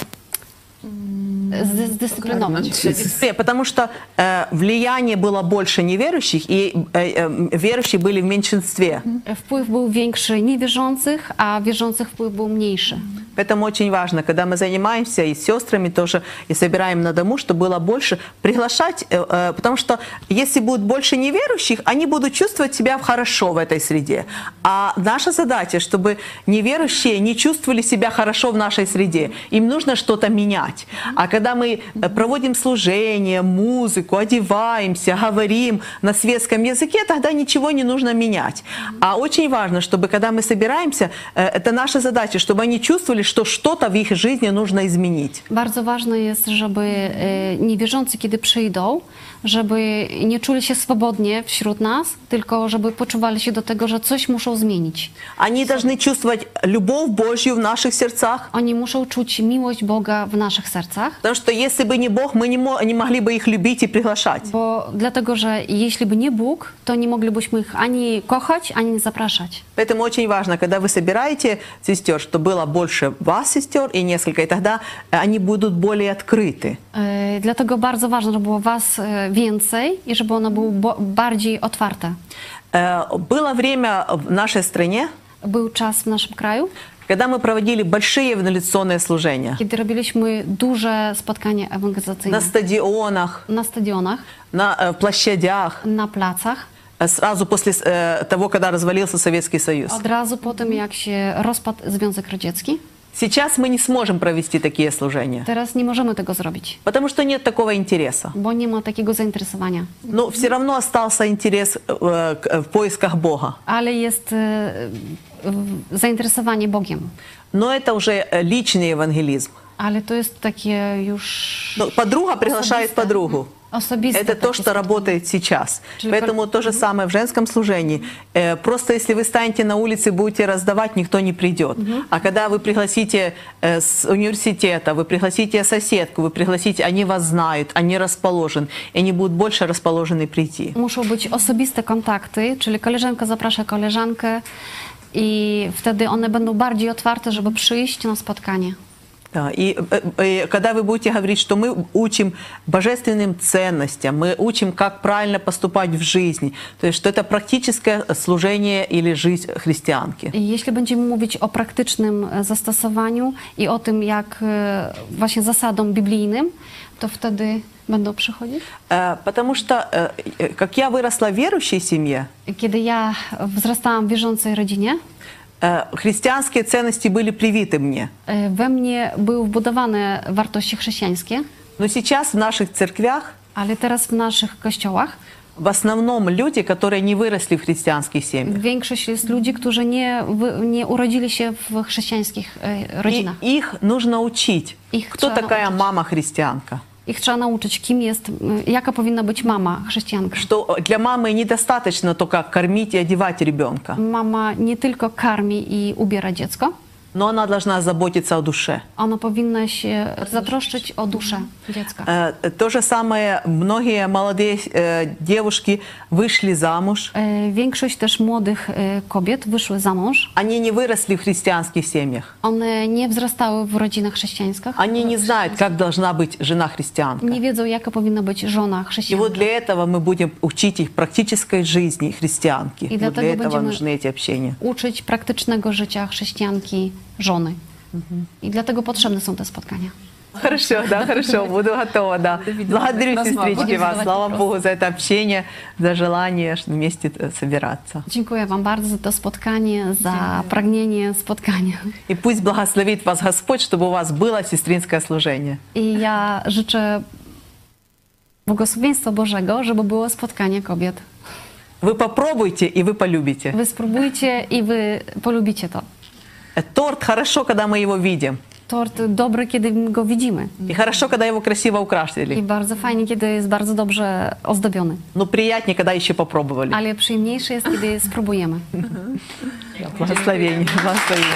Speaker 3: zdy- zdyscyplinować.
Speaker 2: Э, Потому что э, влияние было больше неверующих, и э, э, верующие были в меньшинстве.
Speaker 3: Wpływ był większy niewierzących, a wierzących wpływ był mniejszy.
Speaker 2: Поэтому очень важно, когда мы занимаемся и с сестрами тоже, и собираем на дому, чтобы было больше, приглашать, э, э, потому что если будет больше неверующих, они будут чувствовать себя хорошо в этой среде. А наша задача, чтобы неверующие не чувствовали себя хорошо в нашей среде. Им нужно что-то менять. А когда мы э, проводим служение, музыку, одеваемся, говорим на светском языке, тогда ничего не нужно менять. А очень важно, чтобы когда мы собираемся, э, это наша задача, чтобы они чувствовали, что что-то в их жизни нужно изменить.
Speaker 3: Bardzo ważne jest, żeby e, niewierzący, kiedy przyjdą, żeby nie czuli się swobodnie wśród nas, tylko żeby poczuwali się do tego, że coś muszą zmienić.
Speaker 2: Они должны чувствовать любовь Божью в наших сердцах.
Speaker 3: Oni muszą czuć miłość Boga w naszych sercach,
Speaker 2: Потому что если бы не Бог, мы не, мо- не могли бы их любить и приглашать.
Speaker 3: bo dlatego, że jeśli by nie Bóg, to nie moglibyśmy ich ani kochać, ani zapraszać.
Speaker 2: Поэтому очень важно, когда вы собираете сестер, что было больше вас, сестер, и несколько, и тогда э, они будут более открыты.
Speaker 3: E, Dlatego bardzo ważne, żeby było Was e, więcej i żeby ono było bo- bardziej otwarte.
Speaker 2: Э, Было время в нашей стране,
Speaker 3: Był czas w naszym kraju,
Speaker 2: когда мы проводили большие эвангелизационные служения
Speaker 3: kiedy robiliśmy duże spotkania ewangelizacyjne
Speaker 2: на стадионах,
Speaker 3: na stadionach,
Speaker 2: на э, площадях,
Speaker 3: na placach.
Speaker 2: э, сразу после э, того, когда развалился Советский Союз.
Speaker 3: Od razu po tym, jak się rozpadł Związek Radziecki,
Speaker 2: Сейчас мы не сможем провести такие служения,
Speaker 3: teraz nie możemy tego zrobić,
Speaker 2: потому что нет такого интереса.
Speaker 3: bo nie ma takiego zainteresowania.
Speaker 2: Но все равно остался интерес э, к- э, в поисках Бога.
Speaker 3: Ale jest e, w- zainteresowanie Bogiem.
Speaker 2: Но это уже э, личный евангелизм.
Speaker 3: Ale to jest takie już
Speaker 2: Ну, подруга приглашает
Speaker 3: Особисто.
Speaker 2: подругу.
Speaker 3: osobiste.
Speaker 2: Это то,
Speaker 3: takie
Speaker 2: что работает сейчас.
Speaker 3: Czyli
Speaker 2: Поэтому то же самое в женском служении. Э, Просто если вы станете на улице и будете раздавать, никто не придет. А когда вы пригласите э, с университета, вы пригласите соседку, вы пригласите, они вас знают, они расположены, и они будут больше расположены прийти.
Speaker 3: Muszą być osobiste kontakty, czyli koleżanka zaprasza koleżankę i wtedy one będą bardziej otwarte, żeby przyjść na spotkanie.
Speaker 2: Да, И э, э, когда вы будете говорить, что мы учим божественным ценностям, мы учим, как правильно поступать в жизни, то есть что это практическое служение или жизнь христианки.
Speaker 3: I Jeśli będziemy mówić o praktycznym e, zastosowaniu i o tym, jak e, właśnie zasadom biblijnym, to wtedy będą przychodzić.
Speaker 2: Э, Потому что, э, э, как я выросла в верующей семье,
Speaker 3: Kiedy ja wzrastałam w wierzącej rodzinie,
Speaker 2: э, христианские ценности были привиты мне.
Speaker 3: e, we mnie były wbudowane wartości chrześcijańskie,
Speaker 2: Но сейчас в наших церквях
Speaker 3: ale teraz w naszych kościołach
Speaker 2: в основном люди, которые не wyroсли в христианских семьях.
Speaker 3: większość jest ludzi, którzy nie, wy- nie urodzili się w chrześcijańskich e,
Speaker 2: И
Speaker 3: rodzinach.
Speaker 2: их нужно учить.
Speaker 3: Их
Speaker 2: Кто
Speaker 3: нужно
Speaker 2: такая
Speaker 3: учить.
Speaker 2: мама христианка?
Speaker 3: Ich trzeba nauczyć, kim jest, m, jaka powinna być mama chrześcijanka.
Speaker 2: что для мамы недостаточно только кормить и одевать ребенка,
Speaker 3: Mama nie tylko karmi i ubiera dziecko,
Speaker 2: но она должна заботиться о душе.
Speaker 3: ona powinna się zatroszczyć o duszę dziecka.
Speaker 2: Э, То же самое многие молодые э, девушки вышли замуж,
Speaker 3: E, Większość też młodych e, kobiet wyszły za mąż.
Speaker 2: они не выросли в христианских семьях,
Speaker 3: One nie wzrastały w rodzinach chrześcijańskich.
Speaker 2: они не знают, как должна быть жена
Speaker 3: Nie
Speaker 2: христианка.
Speaker 3: wiedzą, jaka powinna być żona
Speaker 2: И вот
Speaker 3: chrześcijanka.
Speaker 2: для этого мы будем учить их практической жизни христианки.
Speaker 3: И для
Speaker 2: Вот для
Speaker 3: того
Speaker 2: этого
Speaker 3: будем-
Speaker 2: нужны эти общения.
Speaker 3: Uczyć praktycznego życia chrześcijanki żony. I dlatego potrzebne są te spotkania.
Speaker 2: Хорошо, да, хорошо, буду готова, да. Благодарю,
Speaker 1: Размах.
Speaker 2: сестрички, вас,
Speaker 3: Организовать
Speaker 2: слава
Speaker 3: вопрос.
Speaker 2: Богу, за это общение, за желание ш- вместе э, собираться.
Speaker 3: Dziękuję Wam bardzo za to spotkanie, za pragnienie spotkania.
Speaker 2: И пусть благословит вас Господь, чтобы у вас было сестринское служение.
Speaker 3: I ja życzę błogosławieństwa Bożego, żeby było spotkanie kobiet.
Speaker 2: Вы попробуйте, и вы полюбите.
Speaker 3: Wy spróbujcie i Wy polubicie to.
Speaker 2: Э, Торт хорошо, когда мы его видим.
Speaker 3: Tort dobry, kiedy go widzimy.
Speaker 2: И хорошо, когда его красиво
Speaker 3: I
Speaker 2: украсили.
Speaker 3: bardzo fajnie, kiedy jest bardzo dobrze ozdobiony.
Speaker 2: Но приятнее, когда еще попробовали.
Speaker 3: Ale przyjemniejsze jest, kiedy spróbujemy.
Speaker 2: Да, Благословение. Благословение.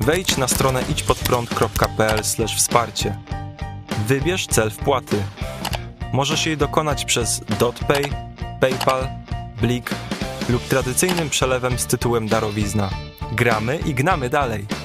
Speaker 8: Wejdź na stronę idźpodprąd.pl/wsparcie. Wybierz cel wpłaty. Możesz jej dokonać przez DotPay, PayPal, Blik lub tradycyjnym przelewem z tytułem darowizna. Gramy i gnamy dalej.